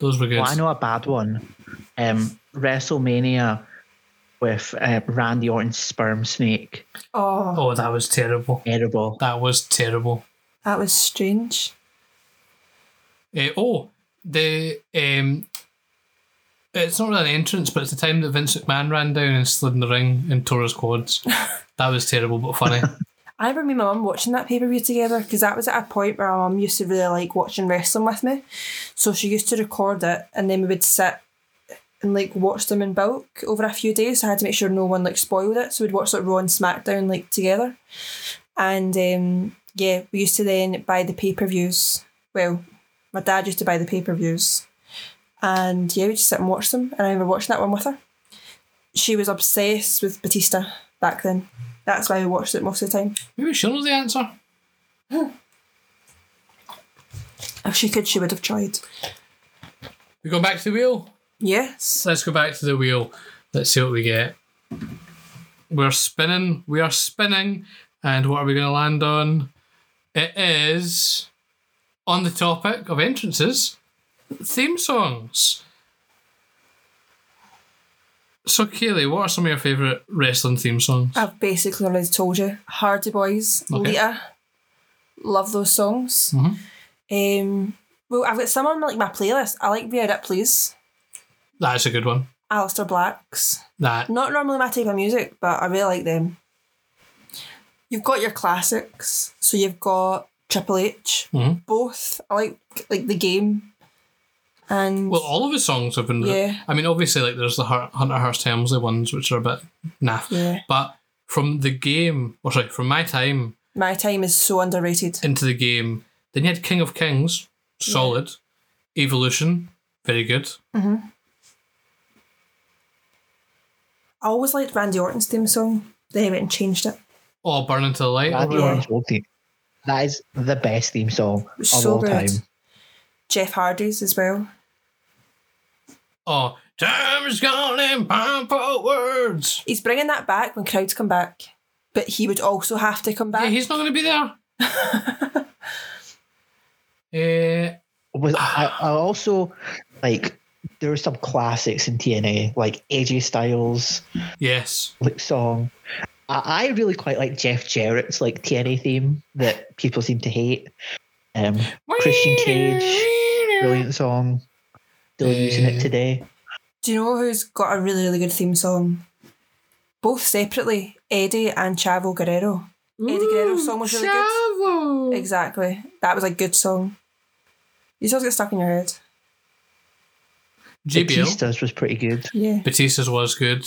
Those were good.
Well, I know a bad one. Um, WrestleMania with uh, Randy Orton's sperm snake.
Oh,
Oh, that was terrible.
Terrible.
That was terrible.
that was strange.
Eh, oh, the um, it's not really an entrance, but it's the time that Vince McMahon ran down and slid in the ring and tore his quads. that was terrible but funny.
I remember me and my mum watching that pay per view together because that was at a point where my mum used to really like watching wrestling with me. So she used to record it and then we would sit and like watch them in bulk over a few days. So I had to make sure no one like spoiled it. So we'd watch like Raw and SmackDown like together. And um, yeah, we used to then buy the pay per views. Well, my dad used to buy the pay per views. And yeah, we just sit and watch them. And I remember watching that one with her. She was obsessed with Batista back then. That's why we watched it most of the time.
Maybe she'll know the answer.
If she could, she would have tried.
We go back to the wheel.
Yes.
Let's go back to the wheel. Let's see what we get. We're spinning. We are spinning. And what are we going to land on? It is on the topic of entrances, theme songs. So, Kaylee, what are some of your favourite wrestling theme songs?
I've basically already told you. Hardy Boys,
Okay.
Lita. Love those songs.
Mm-hmm.
Um, well, I've got some on like my playlist. I like Rhea Ripley's,
That's a good one.
Alistair Black's.
That
Not normally my type of music, but I really like them. You've got your classics. So you've got Triple H.
Mhm.
Both. I like like the game. And
well, all of his songs have been.
Yeah.
I mean, obviously, like there's the Hun- Hunter Hearst Helmsley ones, which are a bit naff.
Yeah.
But from the game, or sorry, from my time,
my time is so underrated.
into the game. Then you had King of Kings, solid. Evolution, very good.
I always liked Randy Orton's theme song. Then he went and changed it.
Oh, Burn into the Light.
Randy
or whatever.
Orton's whole theme. That is the best theme song of
was so
all
good.
time.
Jeff Hardy's as well.
Oh, time's gone in powerful words.
He's bringing that back when crowds come back, but he would also have to come
Yeah,
back.
he's not going to be there. uh,
was I, I also like there were some classics in TNA, like AJ Styles
yes.
like song. I, I really quite like Jeff Jarrett's like TNA theme that people seem to hate. Um, Christian Cage, brilliant song. Still using
Yeah.
it today.
Do you know who's got a really, really good theme song? Both separately, Eddie and Chavo Guerrero. Eddie Guerrero's song was really good.
Chavo.
Exactly. That was a good song. You just get stuck in your head.
JBL.
Batista's was pretty good.
Yeah.
Batista's was good.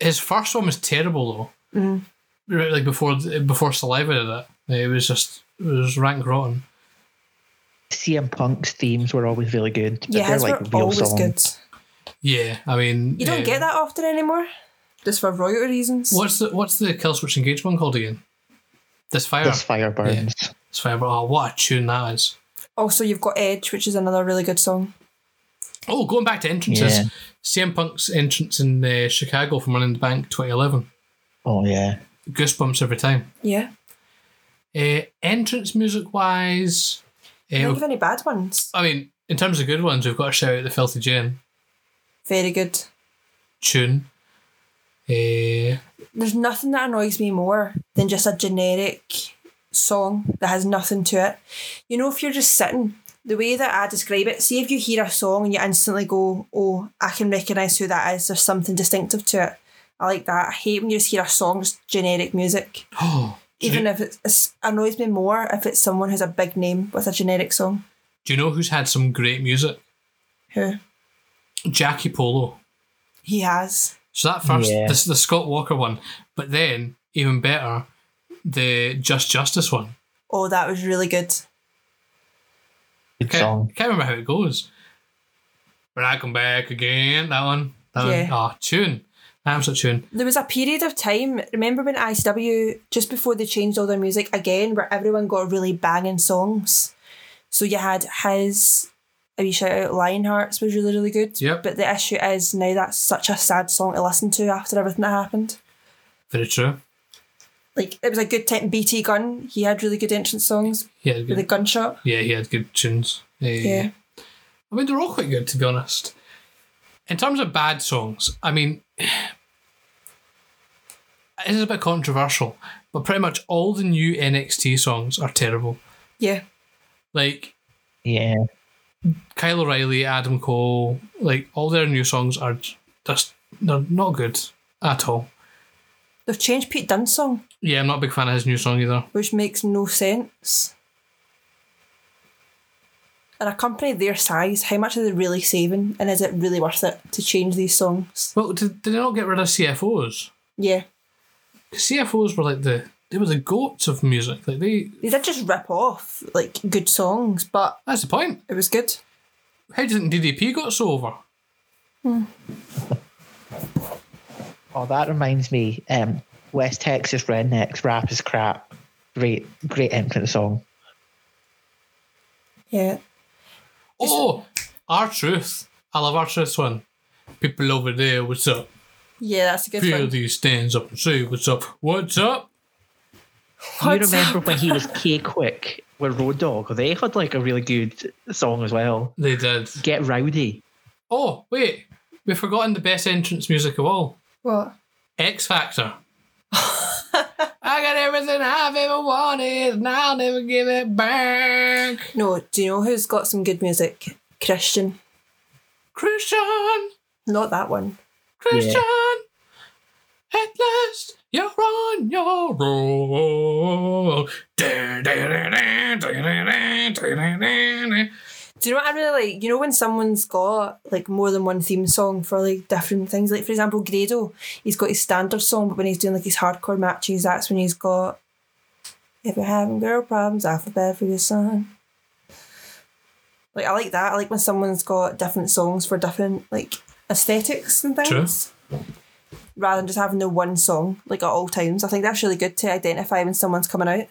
His first one was terrible though.
Mm.
right, like before before Saliva did it. It was just it was rank rotten.
CM Punk's themes were always really good. But
Yeah,
they're
his
like
were
real
always
songs.
good.
Yeah, I mean,
You don't
uh,
get that often anymore, just for royalty reasons.
What's the what's the kill switch engage one called again? This fire.
This fire burns.
This fire. Oh, what a tune that is.
Also, you've got Edge, which is another really good song.
Oh, going back to entrances.
Yeah.
CM Punk's entrance in uh, Chicago from Running the Bank 2011.
Oh yeah.
Goosebumps every time.
Yeah.
Uh, entrance music wise,
I
uh,
think of any bad ones.
I mean, in terms of good ones, we've got to shout out the Filthy Jane
Very good.
tune. Uh,
There's nothing that annoys me more than just a generic song that has nothing to it. You know, if you're just sitting, the way that I describe it, see if you hear a song and you instantly go, oh, I can recognise who that is, there's something distinctive to it. I like that. I hate when you just hear a song, just generic music.
oh,
Even if it's, it's annoys me more if it's someone who's a big name with a generic song.
Do you know who's had some great music?
Who
Jackie Polo.
he has.
So that first,
Yeah.
this the Scott Walker one, but then even better, the Just Justice one.
Oh, that was really good.
Good
Can't,
song.
can't remember how it goes. But I come back again. That one. That
Yeah.
one. Oh, tune. Absolute tune.
There was a period of time. Remember when ISW just before they changed all their music again, where everyone got really banging songs. So you had his. A wee shout out, Lionhearts was really, really good.
Yep.
But the issue is now that's such a sad song to listen to after everything that happened.
Very true.
Like, it was a good time. BT Gun, he had really good entrance songs
He had
with the
good,
gunshot.
yeah, he had good tunes. Eh,
Yeah.
I mean, they're all quite good, to be honest. In terms of bad songs, I mean, this is a bit controversial, but pretty much all the new NXT songs are terrible.
Yeah.
Like,
Yeah.
Kyle O'Reilly, Adam Cole, like all their new songs are just they're not good at all.
They've changed Pete Dunne's song,
Yeah, I'm not a big fan of his new song either.
which makes no sense. And a company their size, how much are they really saving? And is it really worth it to change these songs?
Well, did, did they not get rid of CFOs?
Yeah.
'Cause CFOs were like the they were the goats of music. Like they
They did just rip off like good songs, but
that's the point.
it was good.
How didn't DDP got so over?
Oh, that reminds me. Um, West Texas Rednecks, rap is crap. Great, great entrance song.
Yeah.
Oh, our truth. I love our truth one. People over there, what's up?
Yeah, that's a good
Feel
one.
these stands up and say what's up. What's up?
Do you
What's
remember
up?
when he was K Quick with Road Dog? They had like a really good song as well.
They did.
Get Rowdy.
Oh wait, we've forgotten the best entrance music of all.
What?
X Factor. I got everything I've ever wanted, and I'll never give it back.
No, do you know who's got some good music? Christian.
Christian,
Not that one.
Christian, at last you're on your own.
Do you know what I really like? You know when someone's got like more than one theme song for like different things. Like for example, Grado, he's got his standard song, but when he's doing like his hardcore matches, that's when he's got. If you're having girl problems, I feel bad for your son. Like I like that. I like when someone's got different songs for different like aesthetics and things. Rather than just having the one song like at all times, I think that's really good to identify when someone's coming out.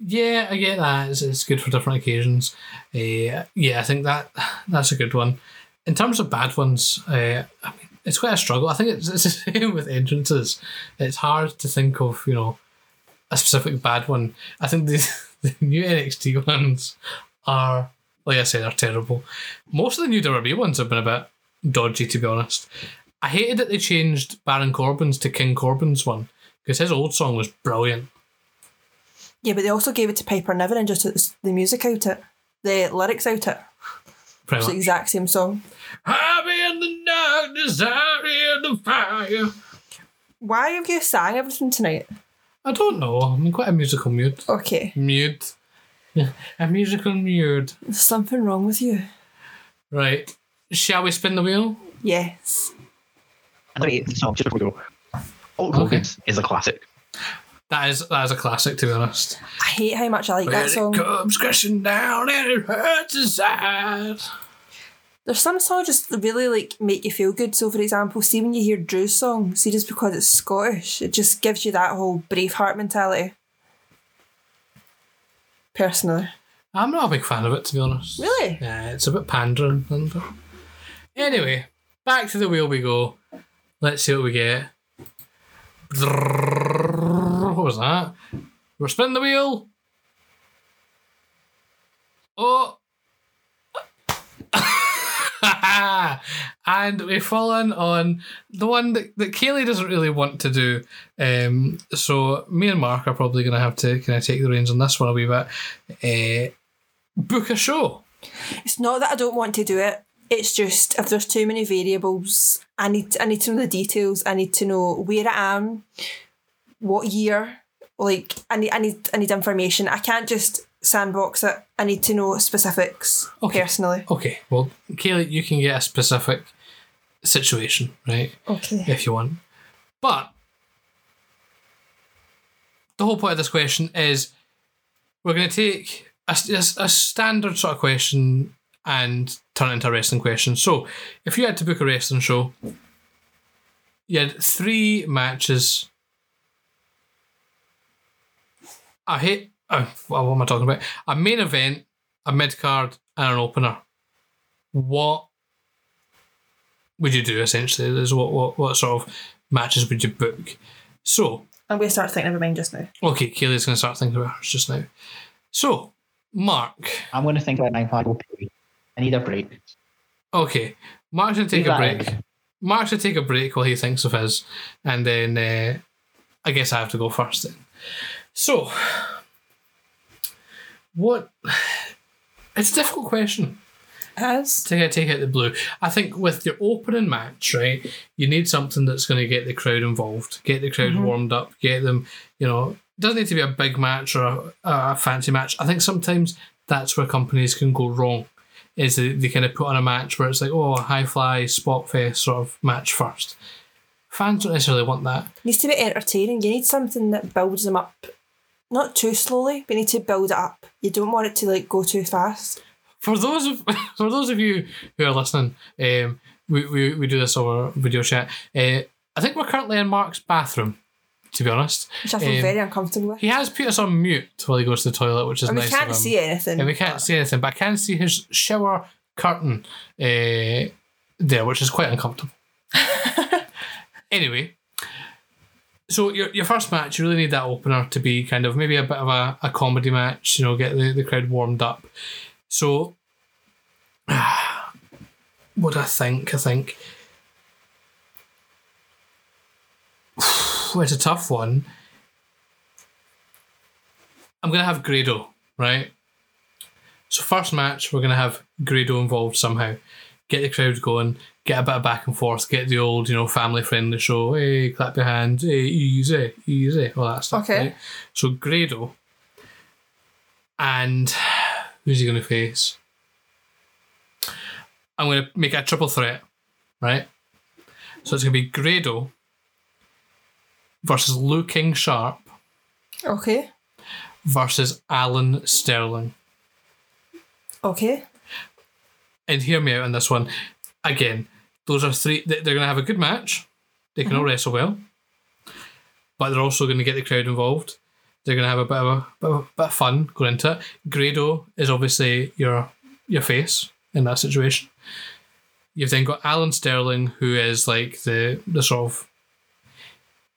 Yeah, I get that. It's, it's good for different occasions. Uh, yeah, I think that that's a good one. In terms of bad ones, uh, I mean, it's quite a struggle. I think it's, it's the same with entrances. It's hard to think of, you know, a specific bad one. I think the, the new NXT ones are, like I said, are terrible. Most of the new WWE ones have been a bit dodgy, to be honest. I hated that they changed Baron Corbin's to King Corbin's one because his old song was brilliant.
Yeah, but they also gave it to Piper Niven and just took the the music out it, the lyrics out it.
Pretty
It's
much.
the exact same song.
I'm in the darkness, I'm in the fire.
Why have you sang everything tonight?
I don't know. I'm in quite a musical mood.
Okay,
Mood. A musical mood.
there's something wrong with you.
Right. Shall we spin the wheel?
Yes.
Another eighth song just before we go. Hulk
Okay.
Hogan's is a classic.
That is that is a classic, to be honest.
I hate how much I like that
It
song.
comes crashing down and it hurts inside.
There's some songs just really like make you feel good. So, for example, see when you hear Drew's song, see just because it's Scottish, it just gives you that whole Braveheart mentality. Personally,
I'm not a big fan of it, to be honest.
Really?
Yeah, it's a bit pandering. isn't it? Anyway, back to the wheel we go. Let's see what we get. What was that? We're spinning the wheel. Oh. and we've fallen on the one that, that Kaylee doesn't really want to do. Um, so me and Mark are probably going to have to kind of take the reins on this one a wee bit uh, book a show.
it's not that I don't want to do it. It's just if there's too many variables, I need I need to know the details. I need to know where I am, what year, like I need I need I need information. I can't just sandbox it. I need to know specifics
Okay.
personally.
Okay, well, Kaylee, you can get a specific situation, right?
Okay.
if you want. But the whole point of this question is we're going to take a, a, a standard sort of question and turn it into a wrestling question. So if you had to book a wrestling show, you had three matches. I hate. Uh, what am I talking about? A main event, a mid card, and an opener. What would you do essentially? Is what, what what sort of matches would you book? So
I'm gonna start thinking of mine just now.
okay, Kaylee's going to start thinking about hers just now. So Mark,
I'm going to think about my final period. I need a break.
okay, Mark's going to take
Leave
a
that
break. Mark's going to take a break while he thinks of his, and then uh, I guess I have to go first then. So what? It's a difficult question.
Has
take take out the blue. I think with your opening match, right, you need something that's going to get the crowd involved, get the crowd warmed up, get them. You know, it doesn't need to be a big match or a, a fancy match. I think sometimes that's where companies can go wrong, is they, they kind of put on a match where it's like, oh, a high fly spot fest sort of match first. Fans don't necessarily want that.
needs to be entertaining. You need something that builds them up. Not too slowly, but you need to build it up. You don't want it to like go too fast.
for those of for those of you who are listening, um, we, we, we do this over video chat. Uh, I think we're currently in Mark's bathroom. To be honest,
Which I feel
Um,
very uncomfortable with.
he has put us on mute while he goes to the toilet, which is
and we
nice. of
can't
him.
see anything.
And we can't see anything, but I can see his shower curtain uh, there, which is quite uncomfortable. anyway, so your, your first match, you really need that opener to be kind of maybe a bit of a, a comedy match, you know, get the, the crowd warmed up. So, what do I think? I think it's a tough one. I'm going to have Grado, right? So first match, we're going to have Grado involved somehow. Get the crowd going, get a bit of back and forth, get the old, you know, family friendly show. Hey, clap your hands. Hey, easy, easy, all that stuff.
Okay.
right? So Grado, and who's he going to face? I'm going to make it a triple threat, right? So it's going to be Grado versus Lou King Sharp
Okay.
versus Alan Sterling.
Okay.
and hear me out on this one. Again, those are three. they- They're going to have a good match. They can all wrestle well, but they're also going to get the crowd involved. They're going to have a bit of a bit of, bit of fun going into it. Grado is obviously your your face in that situation. You've then got Alan Sterling, who is like the the sort of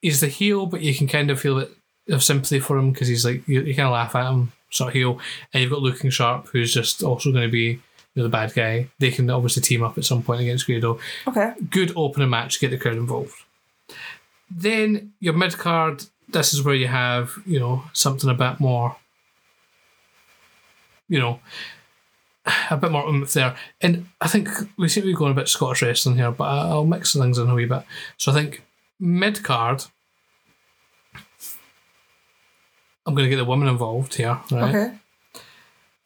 he's the heel, but you can kind of feel a bit of sympathy for him because he's like you, you kind of laugh at him sort of heel, and you've got Looking Sharp, who's just also going to be you know, the bad guy. They can obviously team up at some point against Grado.
Okay.
Good opening match, get the crowd involved. Then your mid card, this is where you have, you know, something a bit more, you know, a bit more oomph there. And I think we seem to be going a bit Scottish wrestling here, but I- I'll mix things in a wee bit. So I think mid card, I'm going to get the women involved here, right?
Okay.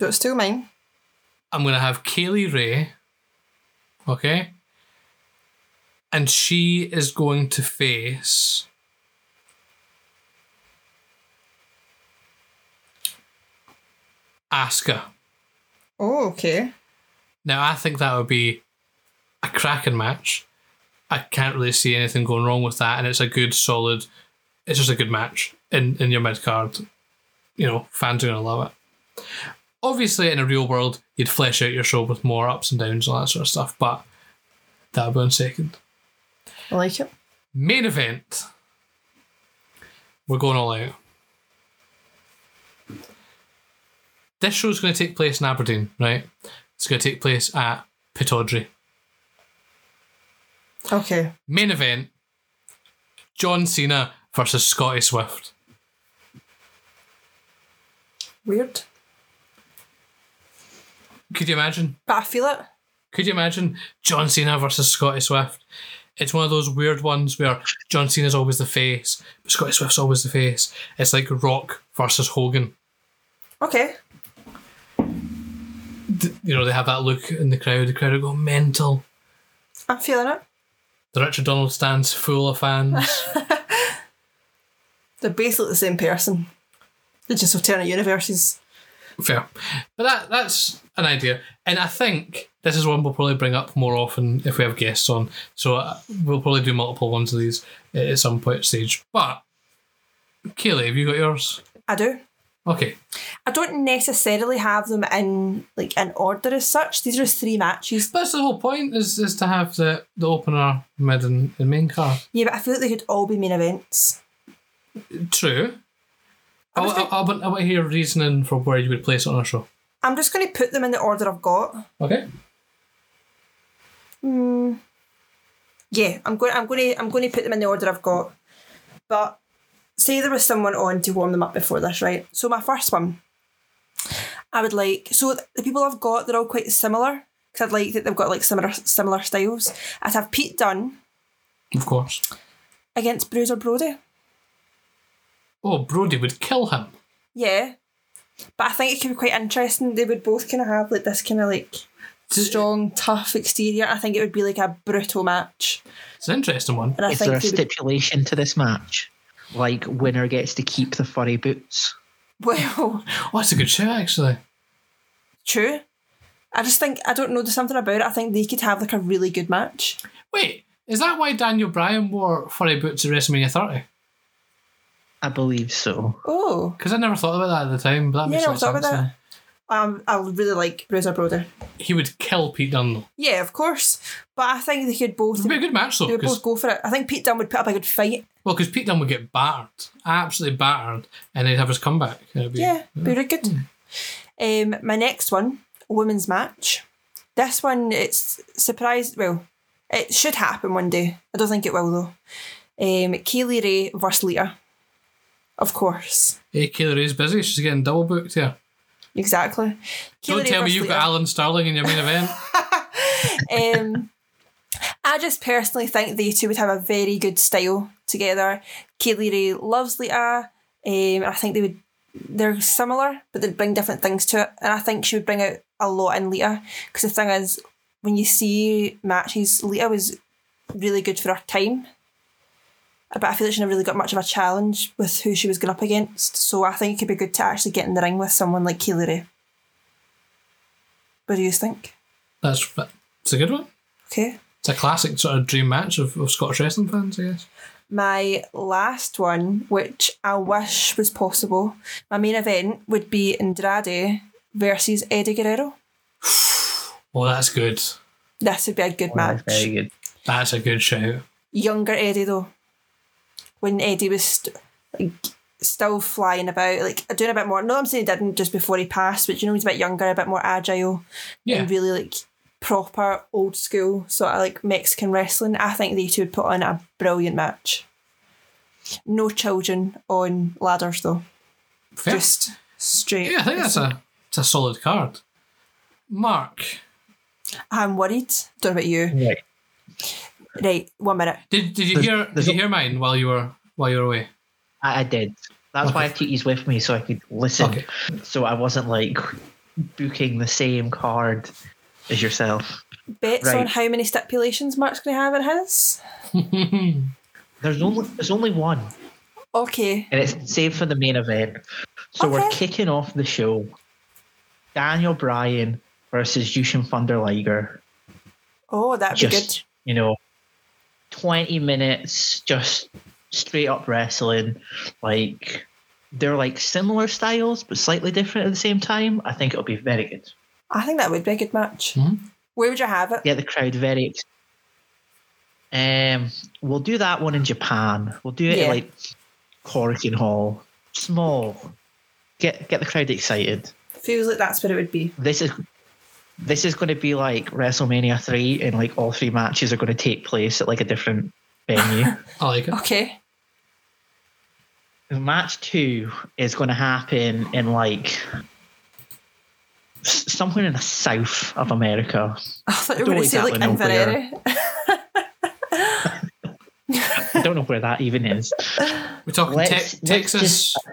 So it's still mine.
I'm gonna have Kaylee Ray. Okay. And she is going to face. Asuka.
Oh, okay.
Now I think that would be a cracking match. I can't really see anything going wrong with that, and it's a good solid. It's just a good match in in your mid card. You know, fans are gonna love it. Obviously, in a real world, you'd flesh out your show with more ups and downs and all that sort of stuff, but that would be on second.
I like it.
Main event. We're going all out. This show's going to take place in Aberdeen, right? It's going to take place at Pittodrie.
Okay.
Main event John Cena versus Scotty Swift.
Weird.
Could you imagine?
But I feel it.
Could you imagine John Cena versus Scotty Swift? it's one of those weird ones where John Cena's always the face, but Scotty Swift's always the face. It's like Rock versus Hogan.
Okay.
Th- You know, they have that look in the crowd. The crowd go mental.
I'm feeling it.
The Richard Donald stands full of fans.
They're basically the same person. They're just alternate universes.
Fair. But that that's an idea. And I think this is one we'll probably bring up more often if we have guests on. So uh, we'll probably do multiple ones of these at at some point stage. But, Kayleigh, have you got yours?
I do.
Okay.
I don't necessarily have them in like an order as such. These are just three matches.
That's the whole point is, is to have the, the opener, mid, and, and main card.
Yeah, but I feel like they could all be main events.
True. I,
I was
I, I, want- I want to hear your reasoning for where you would place it on a show.
I'm just going to put them in the order I've got.
Okay.
Mm. Yeah, I'm going. I'm going to. I'm going to put them in the order I've got. But say there was someone on to warm them up before this, right? So my first one, I would like. So the people I've got, they're all quite similar. Because I'd like that they've got like similar similar styles. I'd have Pete Dunne
Of course.
against Bruiser Brody.
Oh, Brody would kill him.
Yeah. But I think it could be quite interesting. They would both kind of have like this kind of like strong, tough exterior. I think it would be like a brutal match.
It's an interesting one.
And I
Is
think
there a
they would-
stipulation to this match? Like winner gets to keep the furry boots.
well,
Oh, that's a good show, actually.
true. I just think I don't know. There's something about it. I think they could have like a really good match.
Wait, is that why Daniel Bryan wore furry boots at WrestleMania 30?
I believe so.
Oh,
Because I never thought about that at the time, but that makes
Yeah, I
a
never
lot of
thought
sense.
about
now.
um, I really like Bruiser Brody.
He would kill Pete Dunne, though.
Yeah, of course. But I think they could both.
It would be a good match, though.
They would both
Cause,
go for it. I think Pete Dunne would put up a good fight.
well, because Pete Dunne would get battered, absolutely battered, and he'd have his comeback. and it'd be-
Yeah, be really good.
Hmm.
Um, my next one, a women's match. This one, it's surprised. Well, it should happen one day. I don't think it will though. Um, Kaylee Ray versus Lita. Of course,
Hey, Kayla Ray's busy. She's getting double booked here.
exactly.
Don't
Kaylee Ray
tell me
versus
you've
Lita.
got Alan Starling in your main event.
Um, I just personally think they two would have a very good style together. Kaylee Ray loves Lita. Um, I think they would. They're similar, but they'd bring different things to it, and I think she would bring out a lot in Lita. Because the thing is, when you see matches, Lita was really good for her time. But I feel like she never really got much of a challenge with who she was going up against. So I think it could be good to actually get in the ring with someone like Kaylee Ray. What do you think?
That's it's a good one.
Okay.
It's a classic sort of dream match of, of Scottish wrestling fans, I guess.
My last one, which I wish was possible, my main event would be Andrade versus Eddie Guerrero.
Oh, that's good.
This would be a good match.
Very good.
That's a good shout.
Younger Eddie though, when Eddie was st- like, still flying about, like doing a bit more. No, I'm saying he didn't just before he passed, but you know he's a bit younger, a bit more agile,
Yeah.
and really like proper old school sort of like Mexican wrestling. I think they two would put on a brilliant match. No children on ladders though.
Fair.
just straight.
yeah, I think that's a it's a solid card. Mark,
I'm worried. Don't know about you.
Right.
Right, one minute.
did did you
There's-
hear did
there's
you
a-
hear mine while you were while you were away?
I, I did. That's why I took these with me so I could listen.
Okay.
So I wasn't like booking the same card as yourself.
Bets
Right.
on how many stipulations Mark's going to have in his.
There's only there's only one,
Okay.
and it's the same for the main event. So we're
Okay.
kicking off the show. Daniel Bryan versus Jushin Thunder Liger.
Oh, that'd be good.
Just you know, twenty minutes, just straight up wrestling. Like they're like similar styles, but slightly different at the same time. I think it'll be very good.
I think that would be a good match.
Mm-hmm.
Mhm.
Where would you have it?
get the crowd very ex- um we'll do that one in japan we'll do it
Yeah.
at like corking hall small get get the crowd excited
Feels like that's what it would be.
this is this is going to be like wrestlemania 3 and like all three matches are going to take place at like a different venue
I like it.
Okay.
match two is going to happen in like s- somewhere in the south of america
I thought you
I
were
don't
going to say like
exactly know
Inverary.
don't know where that even is.
We're talking
Let's-
Tex-
let's
Texas,
just- uh,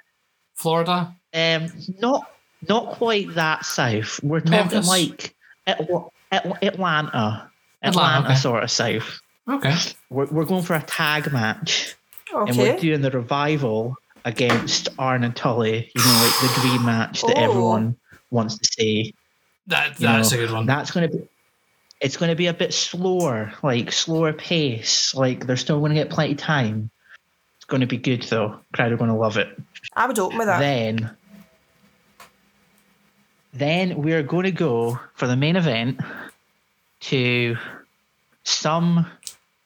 Florida.
Um, not not quite that south. We're talking
Memphis?
like Atl- Atl- Atlanta, Atlanta,
okay.
sort of south.
Okay.
We're, we're going for a tag match, and we're
Okay.
doing the revival against Arn and Tully. You know, like the dream match that
Oh.
everyone wants to see.
That
You
that's
know,
a good one.
That's going to be. It's going to be a bit slower, like slower pace. Like they're still going to get plenty of time. It's going to be good though. Crowd are going to love it.
I would open with that.
Then, then we are going to go for the main event to some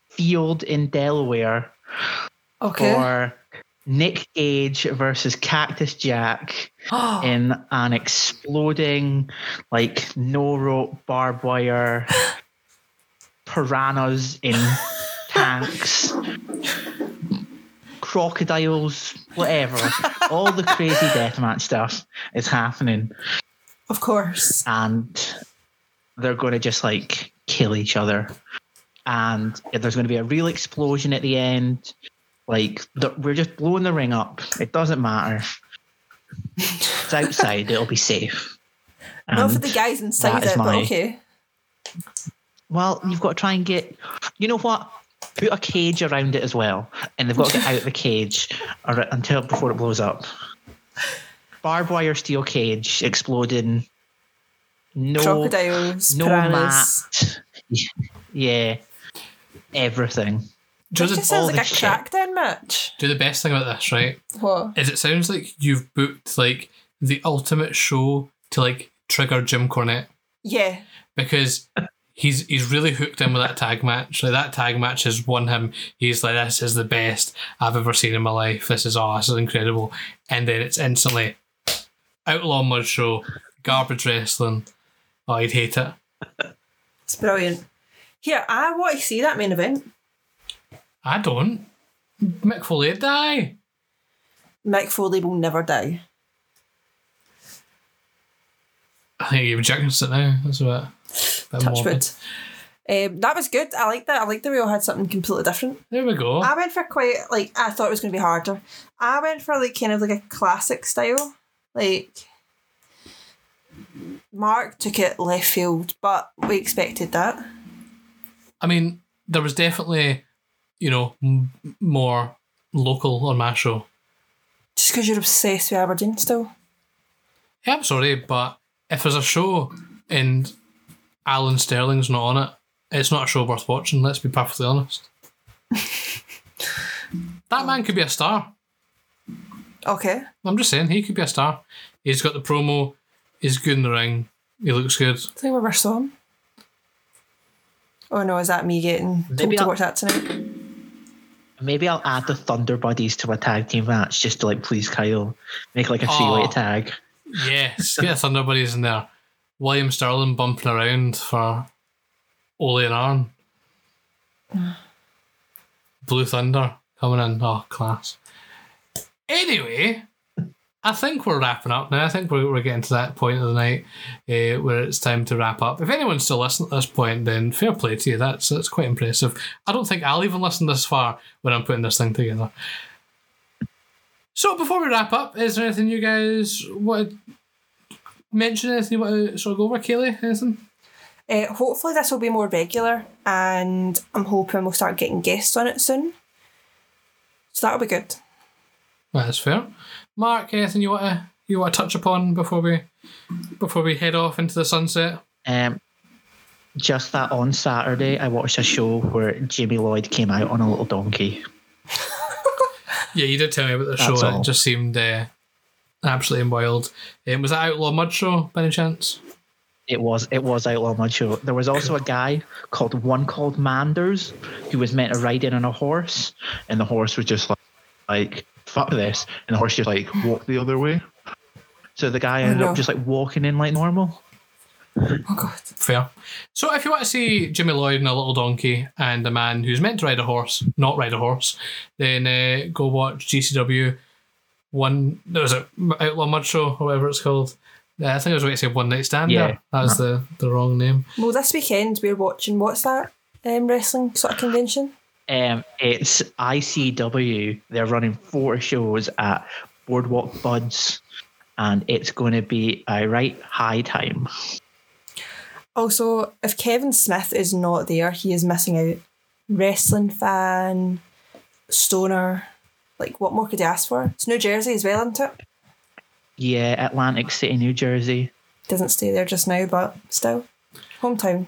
field in Delaware
okay.
for Nick Gage versus Cactus Jack in an exploding, like no rope barbed wire, piranhas in tanks, crocodiles, whatever. All the crazy deathmatch stuff is happening,
of course.
and they're going to just like kill each other. And there's going to be a real explosion at the end. Like the, we're just blowing the ring up. It doesn't matter. It's outside. it'll be safe.
Not for
And-
the guys inside
that is
it, but
my-
okay.
Well, you've got to try and get. You know what? Put a cage around it as well, and they've got to get out of the cage or until before it blows up. Barbed wire steel cage exploding. No,
Crocodiles,
no
piranhas.
mat. Yeah, everything.
Do
That just
the,
sounds
all
like
the
a
shit.
crackdown match.
do the best thing about this, right?
What?
Is it sounds like you've booked like the ultimate show to like trigger Jim Cornette
Yeah.
because he's he's really hooked in with that tag match. Like that tag match has won him. He's like, this is the best I've ever seen in my life. This is oh, this is incredible. And then it's instantly outlaw mud show, garbage wrestling. Oh, I'd hate it.
It's brilliant. Here, I want to see that main event.
I don't. Mick Foley die.
Mick Foley will never die.
I think you're rejecting it now. That's about.
Touchwood. Um, that was good. I liked that. I liked that we all had something completely different.
There we go.
I went for quite like I thought it was going to be harder. I went for like kind of like a classic style. Like Mark took it left field, but we expected that.
I mean, there was definitely, you know, m- more local on my show.
Just because you're obsessed with Aberdeen still.
Yeah, I'm sorry, but if there's a show and Alan Sterling's not on it, it's not a show worth watching. Let's be perfectly honest. that man could be a star.
Okay.
I'm just saying, he could be a star. He's got the promo. He's good in the ring. He looks good.
I think we were saw him. Oh no, is that me getting told
Maybe
to
I'll-
watch that tonight?
Maybe I'll add the Thunder Buddies to a tag team match just to like please Kyle, make like a three-way
Aw.
tag.
Yes, get the Thunderbuddies in there. William Sterling bumping around for Ole and Arn. Blue Thunder coming in. Oh, class. Anyway, I think we're wrapping up now. I think we're, we're getting to that point of the night uh, where it's time to wrap up. If anyone's still listening at this point, then fair play to you. That's, that's quite impressive. I don't think I'll even listen this far when I'm putting this thing together. So before we wrap up, is there anything you guys want to mention? Anything you want to sort of go over, Kayleigh? Anything?
Uh, hopefully this will be more regular, and I'm hoping we'll start getting guests on it soon. So that'll be good.
That's fair. Mark, anything you want to you want to touch upon before we before we head off into the sunset?
Um, just that on Saturday, I watched a show where Jimmy Lloyd came out on a little donkey.
Yeah, you did tell me about the
That's
show.
all.
It just seemed uh, absolutely wild. Um, was that Outlaw Mud Show by any chance?
It was it was Outlaw Mud Show. There was also a guy called one called Manders who was meant to ride in on a horse, and the horse was just like, like fuck this, and the horse just like walked the other way. So the guy ended
no.
up just like walking in like normal.
Oh god.
Fair. So if you want to see Jimmy Lloyd and a little donkey and a man who's meant to ride a horse, not ride a horse, then uh, go watch GCW one. There was a Outlaw Mud Show or whatever it's called. Uh, I think I was going to say One Night Stand.
Yeah.
there. that was the the wrong name.
Well, this weekend we're watching what's that um, wrestling sort of convention?
Um, it's ICW. They're running four shows at Boardwalk Buds, and it's going to be a right high time.
Also, if Kevin Smith is not there, he is missing out. Wrestling fan, stoner. Like, what more could you ask for? It's New Jersey as well, isn't it?
Yeah, Atlantic City, New Jersey.
Doesn't stay there just now, but still. Hometown.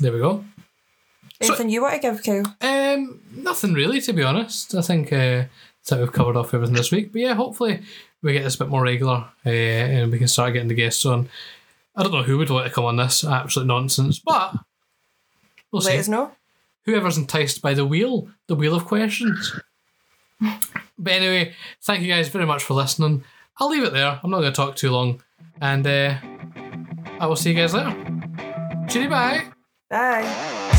There we go. So-
Anything you want to give, Kyle?
Um, nothing really, to be honest. I think uh, that we've covered off everything this week. But yeah, hopefully we get this a bit more regular uh, and we can start getting the guests on. I don't know who would want to come on this. Absolute nonsense, but we'll
Let
see.
us know.
Whoever's enticed by the wheel, the wheel of questions. but anyway, thank you guys very much for listening. I'll leave it there. I'm not going to talk too long, and uh, I will see you guys later. Cheery bye.
Bye.